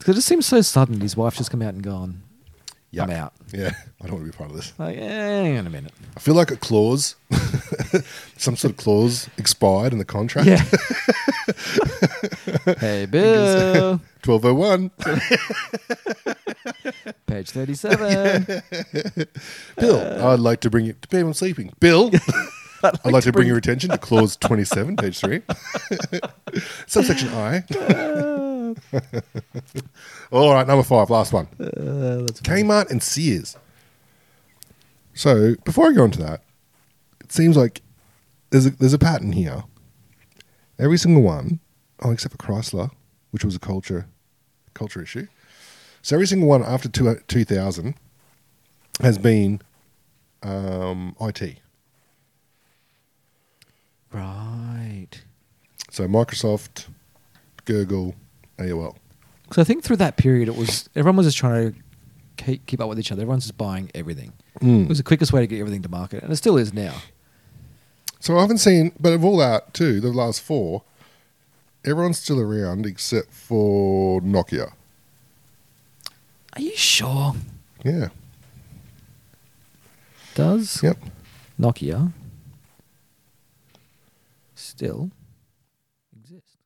'Cause it just seems so sudden. His wife's just come out and gone. I'm Yuck. out. Yeah, I don't want to be part of this. Like, eh, hang on a minute. I feel like a clause, some sort of clause expired in the contract. Yeah. hey, Bill. 1201. Page 37. Bill, I'd like to bring you. Depending on sleeping, Bill, Uh, I'd like, to bring your attention to clause twenty-seven, page three, subsection I. Uh, All right, number five, last one. Uh, that's Kmart and Sears. So before I go into that, it seems like there's a, there's a pattern here. Every single one, oh, except for Chrysler, which was a culture culture issue. So every single one after two, 2000 has been um, IT. right. So Microsoft, Google, AOL. Because I think through that period, it was everyone was just trying to keep, keep up with each other. Everyone's just buying everything. It was the quickest way to get everything to market, and it still is now. So I haven't seen, but of all that too, the last four, everyone's still around except for Nokia. Are you sure? Yeah. Does Yep. Nokia still exist?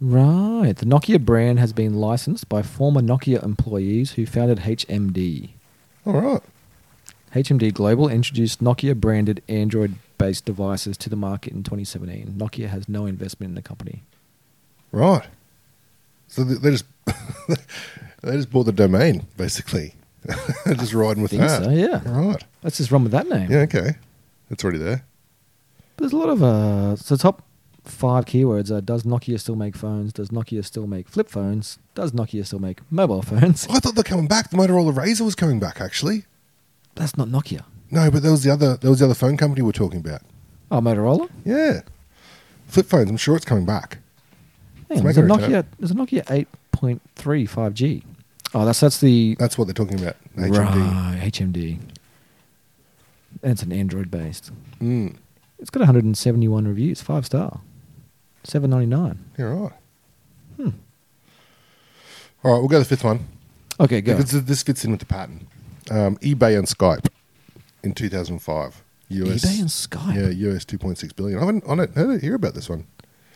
Right. The Nokia brand has been licensed by former Nokia employees who founded HMD. All right. HMD Global introduced Nokia branded Android based devices to the market in 2017. Nokia has no investment in the company. Right. So they they just they just bought the domain basically. just riding with Think that. so, yeah. Right. Let's just run with that name. Yeah. Okay. It's already there. There's a lot of uh, so top five keywords are: Does Nokia still make phones? Does Nokia still make flip phones? Does Nokia still make mobile phones? I thought they're coming back. The Motorola Razor was coming back actually. That's not Nokia. No, but there was the other there was the other phone company we're talking about. Oh, Motorola. Yeah. Flip phones. I'm sure it's coming back. Hang on, Let's there's a make a Nokia. There's a Nokia 8.3 5G. Oh, that's that's the That's what they're talking about. HMD. right HMD. And it's an Android based. Mm. It's got 171 reviews, five star, 7.99. You're right. Hmm. All right, we'll go to the fifth one. Okay, go. Because this fits in with the pattern. Um, eBay and Skype in 2005. US. eBay and Skype. Yeah, US 2.6 billion. I haven't I don't heard, hear about this one.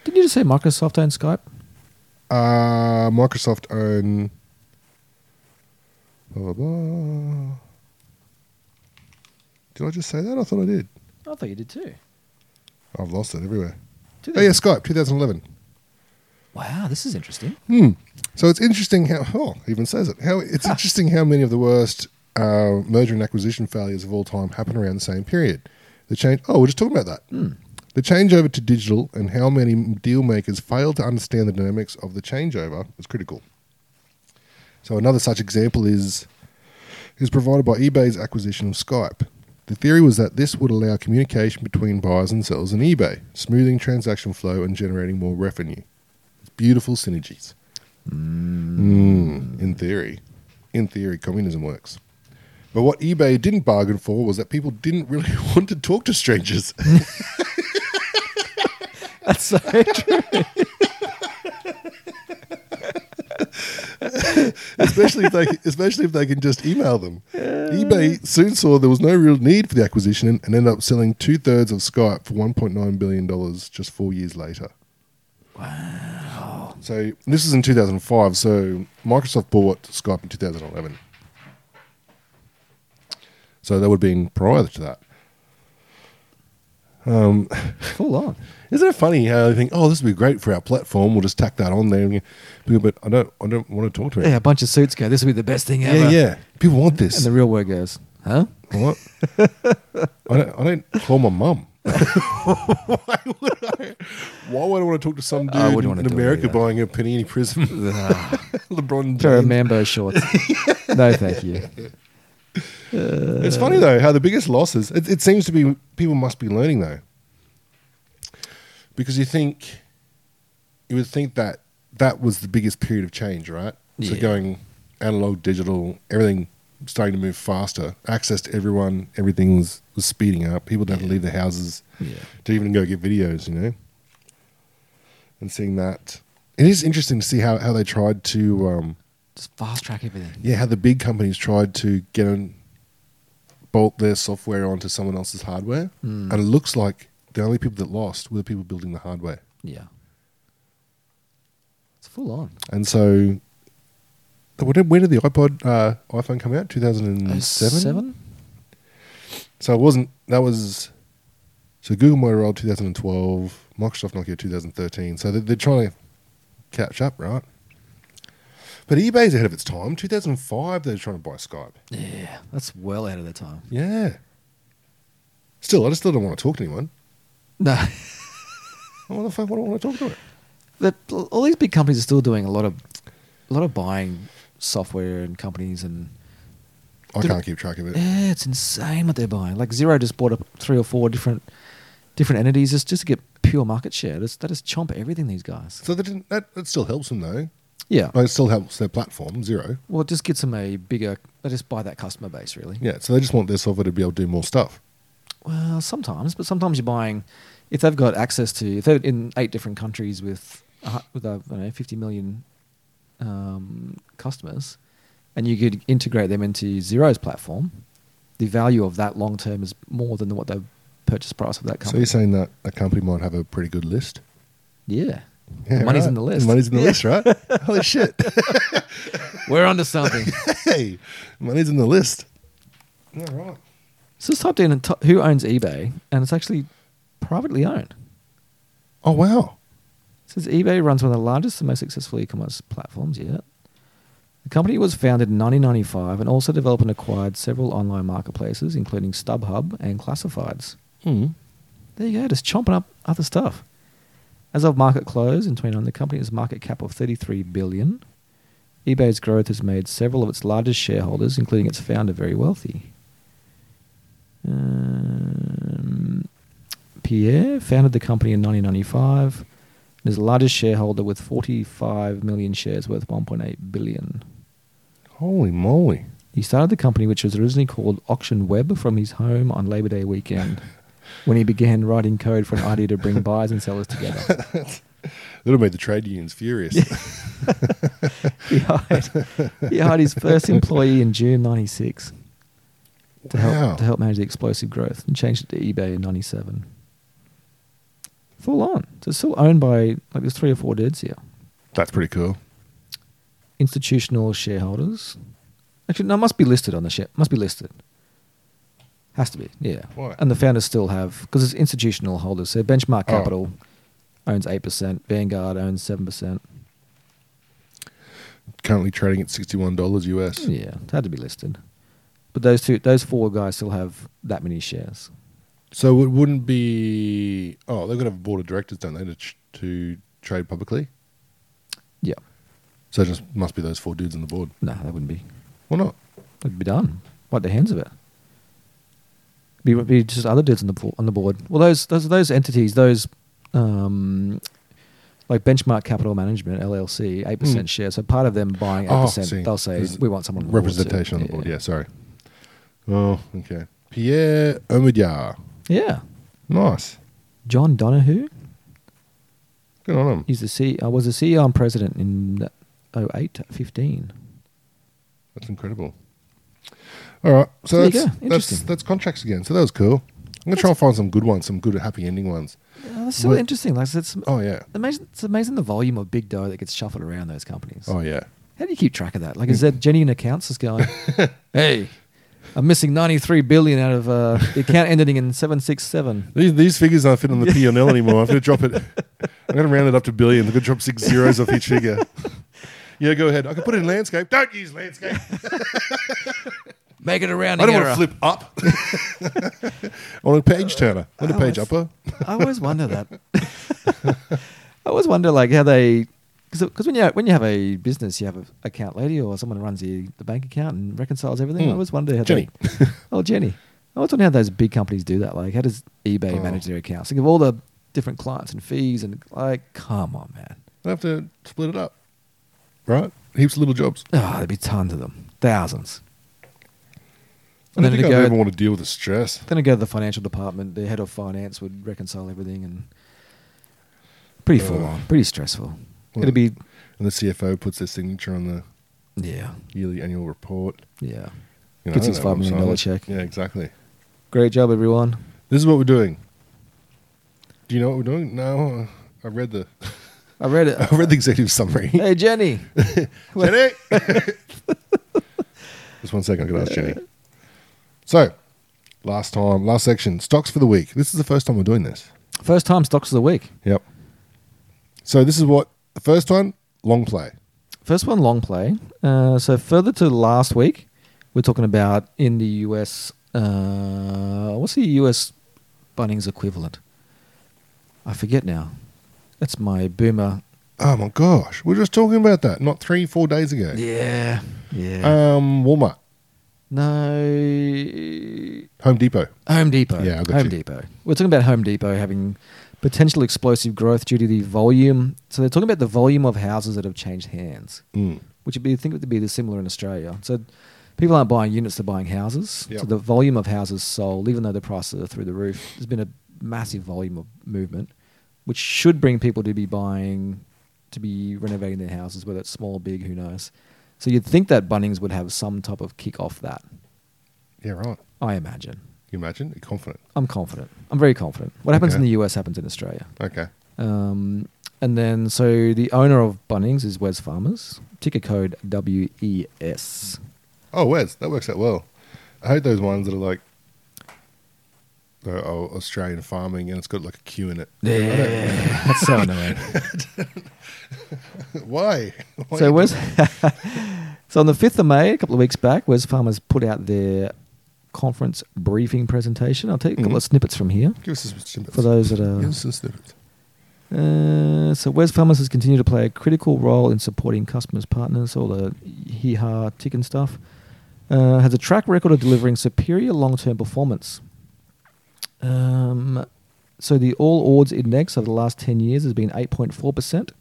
Didn't you just say Microsoft owned Skype? Uh, Microsoft own. Blah, blah, blah. Did I just say that? I thought I did. I thought you did too. I've lost it everywhere. Did Oh, they? yeah, Skype, 2011. Wow, this is interesting. Hmm. So it's interesting how, oh, even says it. How It's interesting how many of the worst uh, merger and acquisition failures of all time happen around the same period. The change, oh, we're just talking about that. The changeover to digital and how many deal makers failed to understand the dynamics of the changeover is critical. So another such example is is provided by eBay's acquisition of Skype. The theory was that this would allow communication between buyers and sellers on eBay, smoothing transaction flow and generating more revenue. It's beautiful synergies. Mm, in theory, in theory, communism works. But what eBay didn't bargain for was that people didn't really want to talk to strangers. That's so true. especially if they especially if they can just email them. eBay soon saw there was no real need for the acquisition and ended up selling two thirds of Skype for one point nine billion dollars just four years later. Wow! So this is in two thousand five. So Microsoft bought Skype in two thousand eleven. So that would have been prior to that. Full on. Isn't it funny how they think, oh, this would be great for our platform? We'll just tack that on there. But I don't, I don't want to talk to it. Yeah, a bunch of suits go. This will be the best thing ever. yeah, yeah. People want this. And the real word goes, huh? What? I don't. I don't call my mum. why would I? Why would I want to talk to some I dude wouldn't in wanna do it America either. buying a panini prism? Ah, LeBron pair of James. Mambo shorts. no, thank you. It's funny though how the biggest losses. It, it seems to be people must be learning though, because you think you would think that that was the biggest period of change, right? So Yeah. going analog, digital, everything starting to move faster. Access to everyone, everything's was speeding up. People don't leave their houses Yeah. to even go get videos, you know. And seeing that, it is interesting to see how how they tried to. Um, Just fast track everything. yeah, how the big companies tried to get and bolt their software onto someone else's hardware, Mm. and it looks like the only people that lost were the people building the hardware. Yeah. It's full on. And so, when did, when did the iPod uh, iPhone come out? Two thousand and Mm, seven. Oh, Seven? So it wasn't that was so Google Motorola two thousand and twelve, Microsoft Nokia two thousand thirteen. So they're, they're trying to catch up, right? But eBay's ahead of its time. Two thousand five, they're trying to buy Skype. Yeah, that's well out of their time. Yeah. Still, I just still don't want to talk to anyone. No, What the fuck? What do I want to talk to? Her? the, all these big companies are still doing a lot of, a lot of buying software and companies, and I Did can't keep track of it. yeah, it's insane what they're buying. Like Zero just bought up three or four different, different entities just just to get pure market share. That's, that is chomp everything these guys. So that, didn't, that that still helps them though. Yeah. Like, it still helps their platform zero. Well, it just gets them a bigger. They just buy that customer base, really. Yeah. So they just want their software to be able to do more stuff. Well, sometimes, but sometimes you're buying. If they've got access to, if they're in eight different countries with a hu- with a, I don't know, 50 million um, customers, and you could integrate them into Zero's platform, the value of that long term is more than what the purchase price of that So company. you're saying that a company might have a pretty good list. yeah, Yeah, money's right. in the list. Money's in the Yeah. list, right? Holy shit! We're onto something. hey, money's in the list. All right. so just typed in and t- who owns eBay, and it's actually privately owned. Oh wow. It says eBay runs one of the largest and most successful e-commerce platforms yet. The company was founded in 1995 and also developed and acquired several online marketplaces, including StubHub and Classifieds. Hmm. There you go, just chomping up other stuff. As of market close in 2019, the company has a market cap of 33 billion. eBay's growth has made several of its largest shareholders, including its founder, very wealthy. Um, Pierre founded the company in 1995 and is the largest shareholder with 45 million shares worth 1.8 billion. Holy moly! He started the company, which was originally called Auction Web, from his home on Labor Day weekend when he began writing code for an idea to bring buyers and sellers together. That'll make the trade unions furious. He hired, he hired his first employee in June 96. to Wow. help to help manage the explosive growth and changed it to eBay in '97. Full on. So it's still owned by like there's three or four dudes here, That's pretty cool. institutional shareholders. Actually, no, it must be listed on the share. Must be listed. Has to be. Yeah. Why? And the founders still have because it's institutional holders. So Benchmark Oh. Capital owns eight percent. Vanguard owns seven percent. Currently trading at sixty-one dollars US. Yeah, it had to be listed. But those two, those four guys still have that many shares. So it wouldn't be. Oh, they've got to have a board of directors, don't they, to, tr- to trade publicly? Yeah. So it just must be those four dudes on the board. No, that wouldn't be. Why not? It'd be done. Wipe their hands of it. Be, be just other dudes on the po- on the board. Well, those those those entities, those um, like Benchmark Capital Management LLC, eight percent Mm. shares. So part of them buying eight Oh, percent, see, they'll say there's we want someone on the board too." Representation on the board. Yeah, sorry. Oh, okay. Pierre Omidyar. yeah. Nice. John Donahue, Good on him. he's the C. I was the CEO and president in 08, 15. That's incredible. All right, so There you that's, go. that's Interesting. that's contracts again. So that was cool. I'm gonna try and find some good ones, some good happy ending ones. Yeah, Oh, that's so What- interesting. Like it's Oh yeah, amazing. It's amazing the volume of big dough that gets shuffled around those companies. oh yeah. How do you keep track of that? Like, is that Jenny in accounts is going, hey, I'm missing 93 billion out of uh, the account ending in 767. These these figures aren't fit on the P and L anymore. I'm gonna drop it. I'm gonna round it up to billions. I'm gonna drop six zeros off each figure. Yeah, go ahead. I can put it in landscape. Don't use landscape. Make it a rounding I don't want error. to flip up. I want a page turner. I want a Oh, page I- upper. I always wonder that. I always wonder, like, how they. Because when you, when you have a business, you have an account lady or someone who runs the, the bank account and reconciles everything. Hmm. I always wonder how Jenny. they. Oh, Jenny. I always wonder how those big companies do that. Like, how does eBay Oh. manage their accounts? Think of all the different clients and fees and, like, come on, man. I have to split it up. Right, heaps of little jobs. Oh, there'd be tons of them, thousands. I And don't then think it'd I ever go, want to deal with the stress. then it'd go to the financial department. The head of finance would reconcile everything, and pretty Ugh. full on, pretty stressful. It'd be, And the CFO puts their signature on the yeah, yearly annual report. yeah. You Gets I his don't know $5 million what I'm check. Yeah, exactly. Great job, everyone. This is what we're doing. Do you know what we're doing? No, uh, I read the I read it. I read the executive summary. hey, Jenny. Jenny, just one second. I could ask Jenny. So, last time, last section, stocks for the week. This is the first time we're doing this. First time stocks of the week. Yep. So this is what the first one long play. First one, long play. Uh, so further to last week, we're talking about in the US. Uh, what's the US Bunnings equivalent? I forget now. That's my boomer. Oh my gosh, we were just talking about that not three, four days ago. Yeah, yeah. Um, Walmart, no, Home Depot. Home Depot. Yeah, I got Home you. Depot. We're talking about Home Depot having potential explosive growth due to the volume. So they're talking about the volume of houses that have changed hands. Mm. which would be I think would be the similar in Australia. So people aren't buying units; they're buying houses. Yep. So the volume of houses sold, even though the prices are through the roof, there's been a massive volume of movement, which should bring people to be buying, to be renovating their houses, whether it's small, big, who knows. So you'd think that Bunnings would have some type of kick off that. Yeah, right. I imagine. You imagine? You're confident. I'm confident. I'm very confident. What happens Okay. in the US happens in Australia. Okay. Um, and then, so the owner of Bunnings is Wes Farmers, ticker code E WES. Oh, Wes, that works out well. I hate those ones that are like uh, oh, Australian farming and it's got like a Q in it. Yeah, that's so annoying. Why? Why so you Wes, so on the fifth of May, a couple of weeks back, Wes Farmers put out their conference briefing presentation. I'll take a couple Mhm. of snippets from here doing- Give us some snippets. for those that Give are. us some snippets. Uh, so Wes Farmers has continued to play a critical role in supporting customers, partners, all the hee ha tick and stuff. Uh, has a track record of delivering superior long term performance. Um, so the all odds index over the last 10 years has been 8.4%.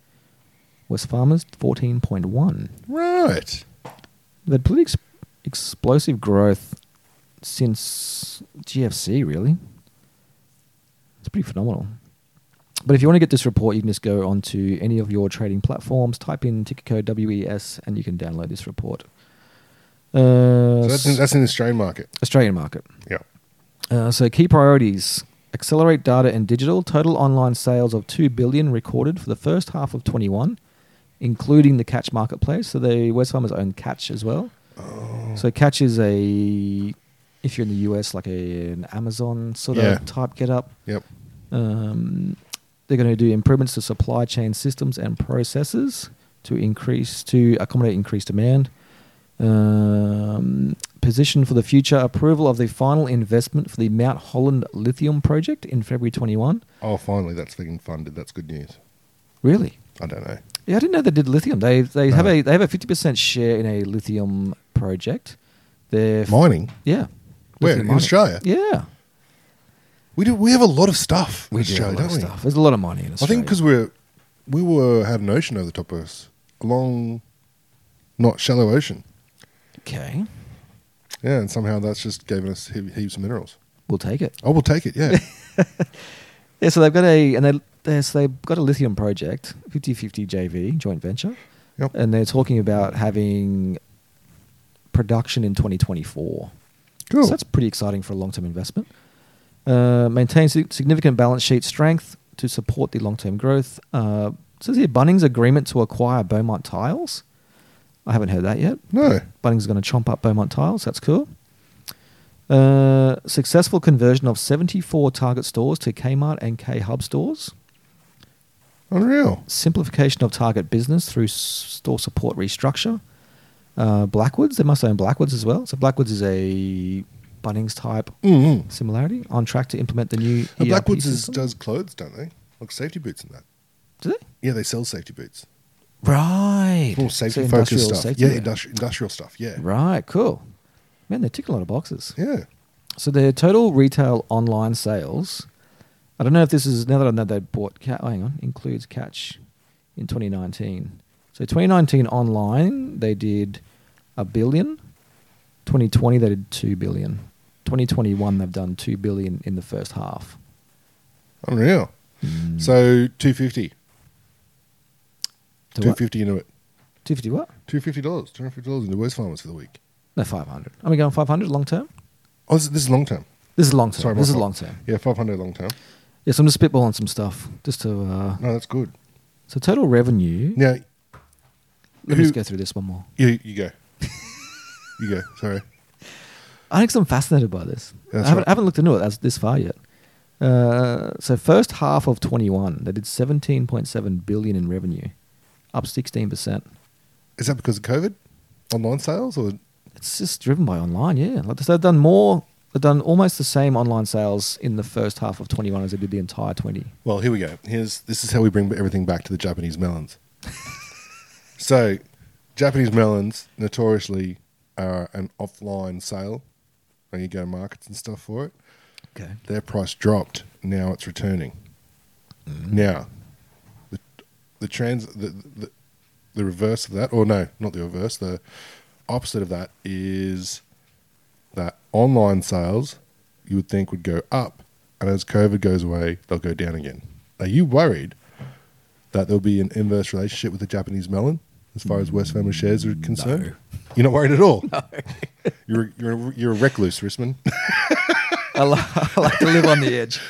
West Farmers 14.1. Right. They've pretty ex- explosive growth since GFC, really. It's pretty phenomenal. But if you want to get this report, you can just go onto any E of your trading platforms, type in ticker code WES, and you can download this report. Uh, So that's, in, that's in the Australian market. Australian market. Yeah. Uh, so key priorities: accelerate data and digital. Total online sales of two billion recorded for the first half of 21, including the Catch marketplace. So they Wesfarmers own Catch as well. Oh. So Catch is a, if you're in the US, like a, an Amazon sort Yeah. of type get up. Yep. Um, they're going to do improvements to supply chain systems and processes to increase to accommodate increased demand. Um, position for the future approval of the final investment for the Mount Holland lithium project in February 21. Oh, finally, that's being funded. That's good news. Really? I don't know. Yeah, I didn't know they did lithium. They they No. have a they have a 50% share in a lithium project. They're f- Mining. yeah. Where? Lithium In mining. Australia? Yeah. We do. We have a lot of stuff. in We do a Australia, lot of don't we? stuff. There's a lot of money in I Australia. think because we're we were had an ocean over the top of us, a long, not shallow ocean. okay, Yeah, and somehow that's just given us he- heaps of minerals. we'll take it. I will take it. Yeah, Yeah, so they've got a and they they- so they've got a lithium project, 50-50 JV joint venture, Yep. and they're talking about having production in 2024. cool. So that's pretty exciting for a long-term investment. Uh, maintain sig- significant balance sheet strength to support the long-term growth. Uh, it says here Bunnings agreement to acquire Beaumont Tiles. I haven't heard that yet. no. Bunnings is going to chomp up Beaumont Tiles. That's cool. Uh, successful conversion of 74 Target stores to Kmart and K Hub stores. Unreal. Simplification of Target business through s- store support restructure. Uh, Blackwoods, they must own Blackwoods as well. So Blackwoods is a Bunnings type Mm-hmm. similarity on track to implement the new. ERP Blackwoods is, E system. does clothes, don't they? Like safety boots and that. Do they? Yeah, they sell safety boots. Right. More So safety industrial focused stuff. safety yeah, wear. industri- industrial stuff. Yeah. Right, cool. Man, they tick a lot of boxes. Yeah. So their total retail online sales, I don't know if this is now that I know they bought Catch. hang on, includes Catch in 2019. So 2019 online they did a billion. 2020 they did two billion. 2021 they've done two billion in the first half. Unreal. So two fifty. Mm. To Two what? fifty into it. 250 what? Two fifty dollars. Two hundred fifty dollars into West Farmers for the week. No, 500. Are we going 500 long term? Oh, this, this is long term. This is long term. Sorry, my this is fault. long term. Yeah, five hundred long term. Yeah, so I'm just spitballing some stuff just to. Uh, No, that's good. So total revenue. Now, Let me who- just go through this one more. You you go. you go. Sorry. I think 'cause I'm fascinated by this. I That's haven't, right. I haven't looked into it as this far yet. Uh, so first half of 21, they did 17.7 billion in revenue, up 16 percent. Is that because of COVID? Online sales or It's just driven by online, yeah. Like they've done more, they've done almost the same online sales in the first half of 21 as they did the entire 20. well, here we go. Here's this is how we bring everything back to the Japanese melons. so, Japanese melons notoriously are an offline sale when you go to markets and stuff for it. Okay. Their price dropped. Now it's returning. Now, the the trans the, the the reverse of that, or no, not the reverse. The opposite of that is that online sales you would think would go up, and as COVID goes away, they'll go down again. Are you worried that there'll be an inverse relationship with the Japanese melon as far as West Family shares are concerned? You're not worried at all. You're you're you're a recluse, Risman. I, li- I like to live on the edge.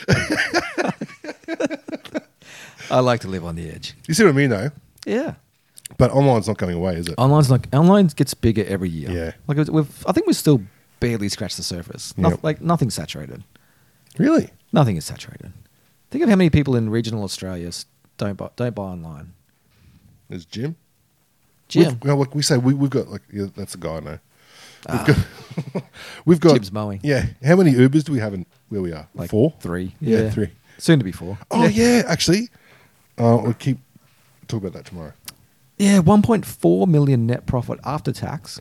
I like to live on the edge. You see what I mean, though. Yeah. But online's not going away, is it? Online's like online gets bigger every year. Yeah. Like it's- we've, I think we've still barely scratched the surface. Noth- Yep. Like nothing's saturated. Really? Nothing is saturated. Think of how many people in regional Australia s- don't buy, don't buy online. There's Jim. Jim, We've- Well, like we say, we, we've got like yeah, that's a guy I know. We've got, we've got Ah. Jim's mowing. Yeah. How many Ubers do we have in where we are? like Four. three, Yeah, yeah. three. soon to be four. Oh yeah, actually, uh, we'll keep talk about that tomorrow. yeah. One point four million net profit after tax.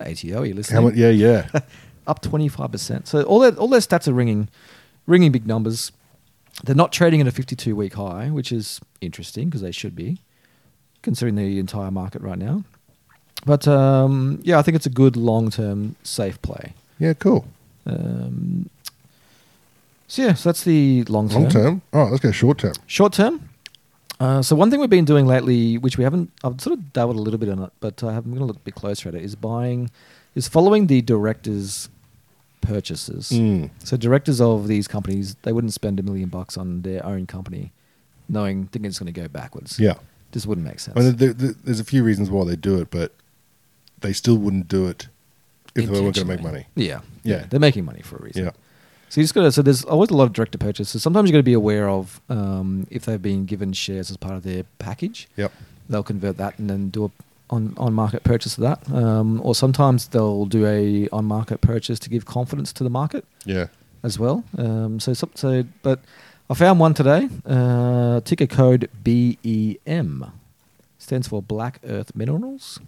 ATO, are you listening? How much? Yeah, yeah. Up twenty five percent. So all their all their stats are ringing, ringing big numbers. They're not trading at a fifty two week high, which is interesting because they should be, considering the entire market right now. But um, yeah, I think it's a good long term safe play. yeah, cool. Um, so yeah, so that's the long term. Long term. Oh, let's go short term. Short term, Uh, so one thing we've been doing lately, which we haven't, I've sort of dabbled a little bit on it, but I have- I'm going to look a bit closer at it, is buying, is following the directors' purchases. Mm. So directors of these companies, they wouldn't spend a million bucks on their own company, knowing thinking it's going to go backwards. Yeah. just wouldn't make sense. I mean, there, there, there's a few reasons why they do it, but they still wouldn't do it if they weren't going to make Intentionally. money. Yeah, Yeah. they're making money for a reason. Yeah. So you just got to. So there's always a lot of director purchases. Sometimes you got to be aware of um, if they've been given shares as part of their package. Yep. They'll convert that and then do a on on market purchase of that. Um, or sometimes they'll do a on market purchase to give confidence to the market Yeah. as well. Um, so some- so but I found one today. Uh, ticker code BEM stands for Black Earth Minerals.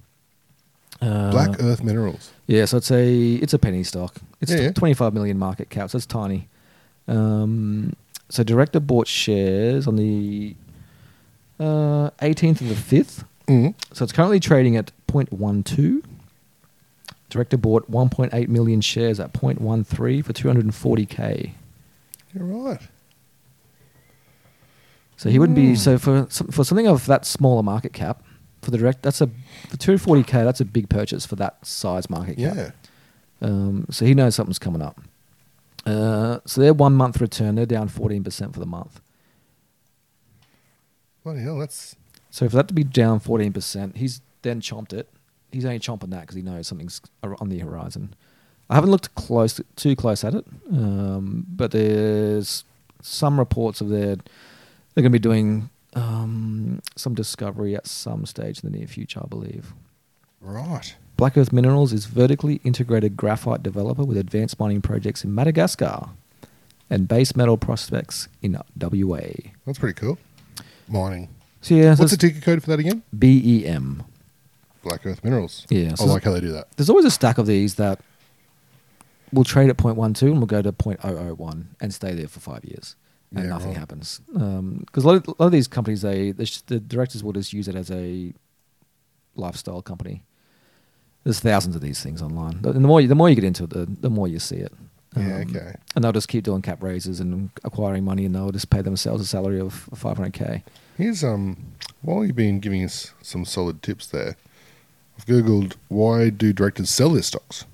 Uh, Black Earth Minerals. yeah, so it's a it's a penny stock. It's Yeah, t- yeah. 25 million market cap, so it's tiny. Um, so director bought shares on the uh, 18th of the 5th. Mm. So it's currently trading at 0.12. Director bought 1.8 million shares at 0.13 for 240k. You're right. So he wouldn't be Mm. so for some- for something of that smaller market cap for the direct that's a for 240k that's a big purchase for that size market cap. Yeah. Um, so he knows something's coming up. Uh, so their one month return, they're down 14% for the month. Bloody hell, that's So for that to be down 14%, he's then chomped it. He's only chomping that because he knows something's ar- on the horizon. I haven't looked close too close at it, um, but there's some reports of their they're going to be doing um, some discovery at some stage in the near future, I believe. right. Black Earth Minerals is vertically integrated graphite developer with advanced mining projects in Madagascar and base metal prospects in WA. That's pretty cool. Mining. So yeah, so What's the it's E ticker code for that again? BEM. Black Earth Minerals. Yeah, I so like how they do that. there's always a stack of these that will trade at 0.12 and will go to 0.001 and stay there for five years and Yeah, nothing right. happens. Because a, lot of- a lot of these companies, they, they sh- the directors will just use it as a lifestyle company. There's thousands of these things online. And the more you, the more you get into it, the, the more you see it. Um, Yeah, okay. And they'll just keep doing cap raises and acquiring money, and they'll just pay themselves a salary of 500k. Here's um while you've been giving us some solid tips there, I've googled why do directors sell their stocks?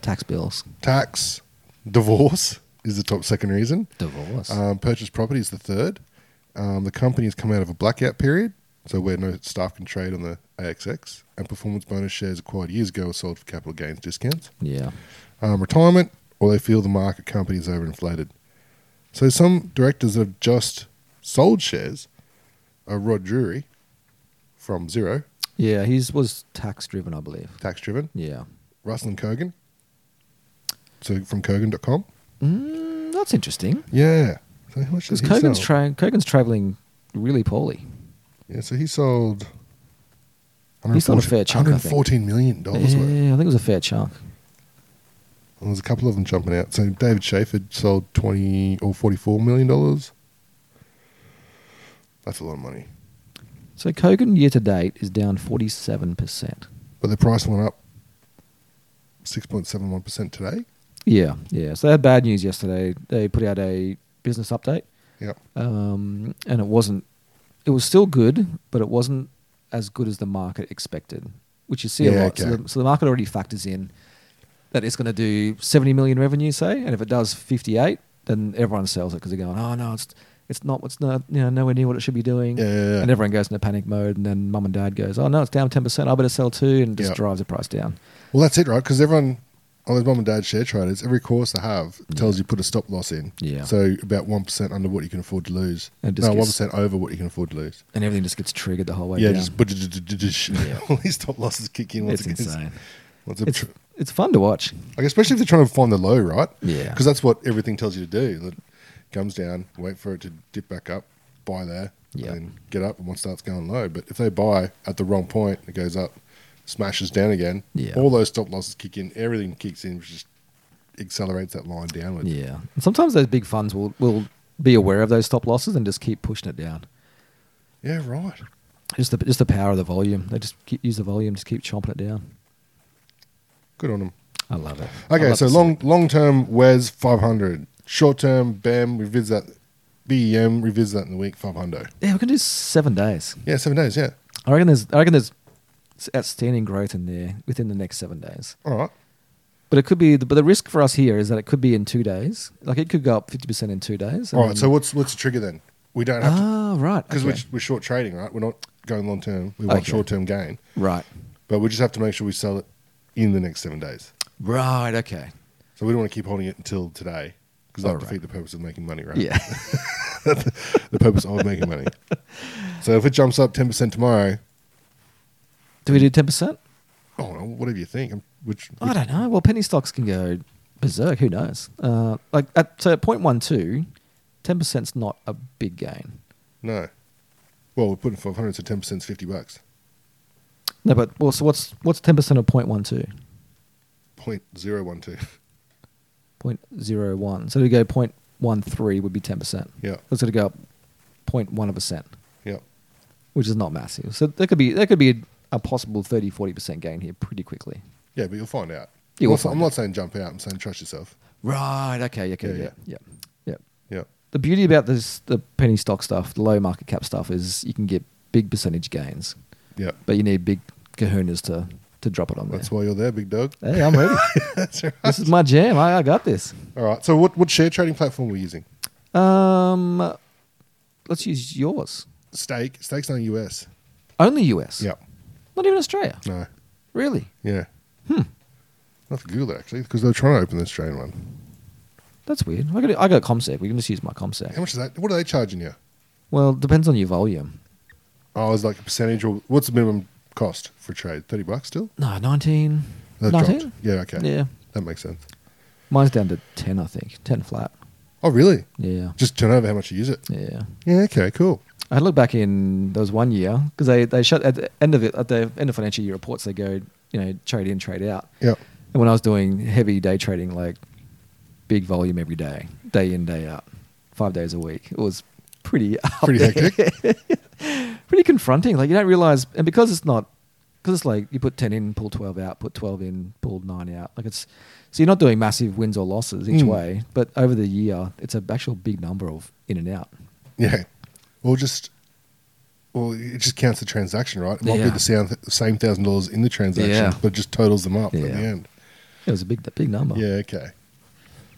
Tax bills, Tax, divorce is the top second reason. divorce. Um, purchase property is the third. Um, the company has come out of a blackout period, so where no staff can trade on the AXX, and performance bonus shares acquired years ago are sold for capital gains discounts. yeah. um, retirement, or they feel the market company is overinflated. So some directors that have just sold shares are Rod Drury from zero, Yeah, he's was tax driven, I believe. tax driven, Yeah. Russell and Kogan, so from Kogan.com. Mm, that's interesting. Yeah. So how much did Because he Kogan's, sell? tra- Kogan's traveling really poorly. yeah, so he sold. He sold a fair chunk, I think. $114 million Yeah, I dollars worth. think it was a fair chunk. And there's a couple of them jumping out. So David Shaffer sold 20 or $44 million. dollars. That's a lot of money. So Kogan year to date is down 47%. but the price went up 6.71% today. Yeah, yeah. So they had bad news yesterday. They put out a business update, Yep. um, and it wasn't. It was still good, but it wasn't as good as the market expected, which you see Yeah, a lot. So, okay. the, so the market already factors in that it's going to do 70 million revenue, say, and if it does 58, then everyone sells it because they're going, oh no, it's it's not what's not you know nowhere near what it should be doing. Yeah, yeah, yeah. And everyone goes into panic mode, and then mum and dad goes, oh no, it's down 10 percent. I better sell too, and it just Yeah. drives the price down. Well, that's it, right? Because everyone, all those mum and dad share traders, every course they have tells you put a stop loss in. Yeah. So about 1% under what you can afford to lose. And it no, just 1% over what you can afford to lose. And everything just gets triggered the whole way Yeah, down. just all these stop losses kick in once it's it gets- insane. Once it It's, tr- it's fun to watch. like, especially if they're trying to find the low, right? Yeah. Because that's what everything tells you to do. That comes down, wait for it to dip back up, buy there, Yeah. and then get up and once it starts going low. But if they buy at the wrong point, it goes up, smashes down again. Yeah. All those stop losses kick in, everything kicks in, which just accelerates that line downward. Yeah. And sometimes those big funds will, will be aware of those stop losses and just keep pushing it down. Yeah, right. Just the, just the power of the volume. They just keep, use the volume, just keep chomping it down. Good on them. I love it. I Okay, love so to see long it. long term WES 500, short term BAM. We visit BEM E revisit that in the week. Five hundo. Yeah, we can do seven days. Yeah, seven days. Yeah. I reckon there's I reckon there's s- outstanding growth in there within the next seven days. All right. But it could be, but the risk for us here is that it could be in two days. Like it could go up fifty percent in two days. and All right. then- So what's what's the trigger then? We don't have to ah, right, because okay. we're, we're short trading, right? We're not going long term. We want Okay. short term gain, right, but we just have to make sure we sell it in the next seven days. right, okay, So we don't want to keep holding it until today because that All would right. defeat the purpose of making money, right? yeah, the purpose of making money. So if it jumps up ten percent tomorrow, Do we do ten percent? I don't know. oh, Whatever you think, I'm- which, which I don't know. Well, penny stocks can go berserk. Who knows? Uh, like at so at point one two, ten percent's not a big gain. no. Well, we're putting five hundred, so ten percent is fifty bucks. No, but well, so what's what's ten percent of point one two? Point zero one two. Point zero one. So to go point one three would be ten percent. Yeah, That's going to go up point one of a cent, yeah. which is not massive. So that could be that could be a possible 30 40 percent gain here pretty quickly. Yeah, but you'll find out. I'm You will not- find I'm out. not saying jump out. I'm saying trust yourself. Right. Okay. Okay. Yeah, Yeah. Yeah. yeah. Yeah. yeah. Yeah. The beauty about this the penny stock stuff, the low market cap stuff, is you can get big percentage gains. Yeah. but you need big kahunas to, to drop it on there. That's why you're there, big dog. hey, I'm ready. That's right. this is my jam. I, I got this. All right. So, what, what share trading platform are we using? Um, let's use yours. Stake. Stake's not US. Only US. Yeah. Not even Australia. No. Really? Yeah. Hmm. I have to Google it actually because they're trying to open the Australian one. That's weird. I got I got ComSec. We can just use my How ComSec. much is that? What are they charging you? Well, depends on your volume. Oh, it's like a percentage or what's the minimum cost for a trade? 30 bucks still? No, 19. That dropped. 19? Yeah, okay. Yeah. That makes sense. Mine's down to 10, I think. 10 flat. Oh, really? Yeah. Just turn over how much you use it. Yeah. Yeah, okay, cool. I look back in there was one year because they, they shut at the end of it at the end of financial year reports they go you know trade in trade out Yeah. And when I was doing heavy day trading, like big volume every day, day in, day out, five days a week, it was pretty up Pretty there. hectic. pretty confronting. Like you don't realize, and because it's not, because it's like you put ten in, pull twelve out, put twelve in, pull nine out. Like it's so you're not doing massive wins or losses each Mm. way, but over the year, it's an actual big number of in and out. Yeah. Or just, well, it just counts the transaction, right? It might Yeah. be the sound, same thousand dollars in the transaction, Yeah. but it just totals them up Yeah. at the end. It was a big, big number. Yeah, okay.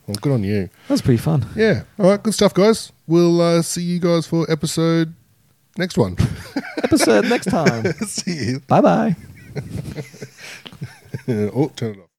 Well, good on you. that was pretty fun. Yeah. All right. Good stuff, guys. We'll uh, see you guys for episode next one. Episode next time. see Bye bye. you. oh, turn it off.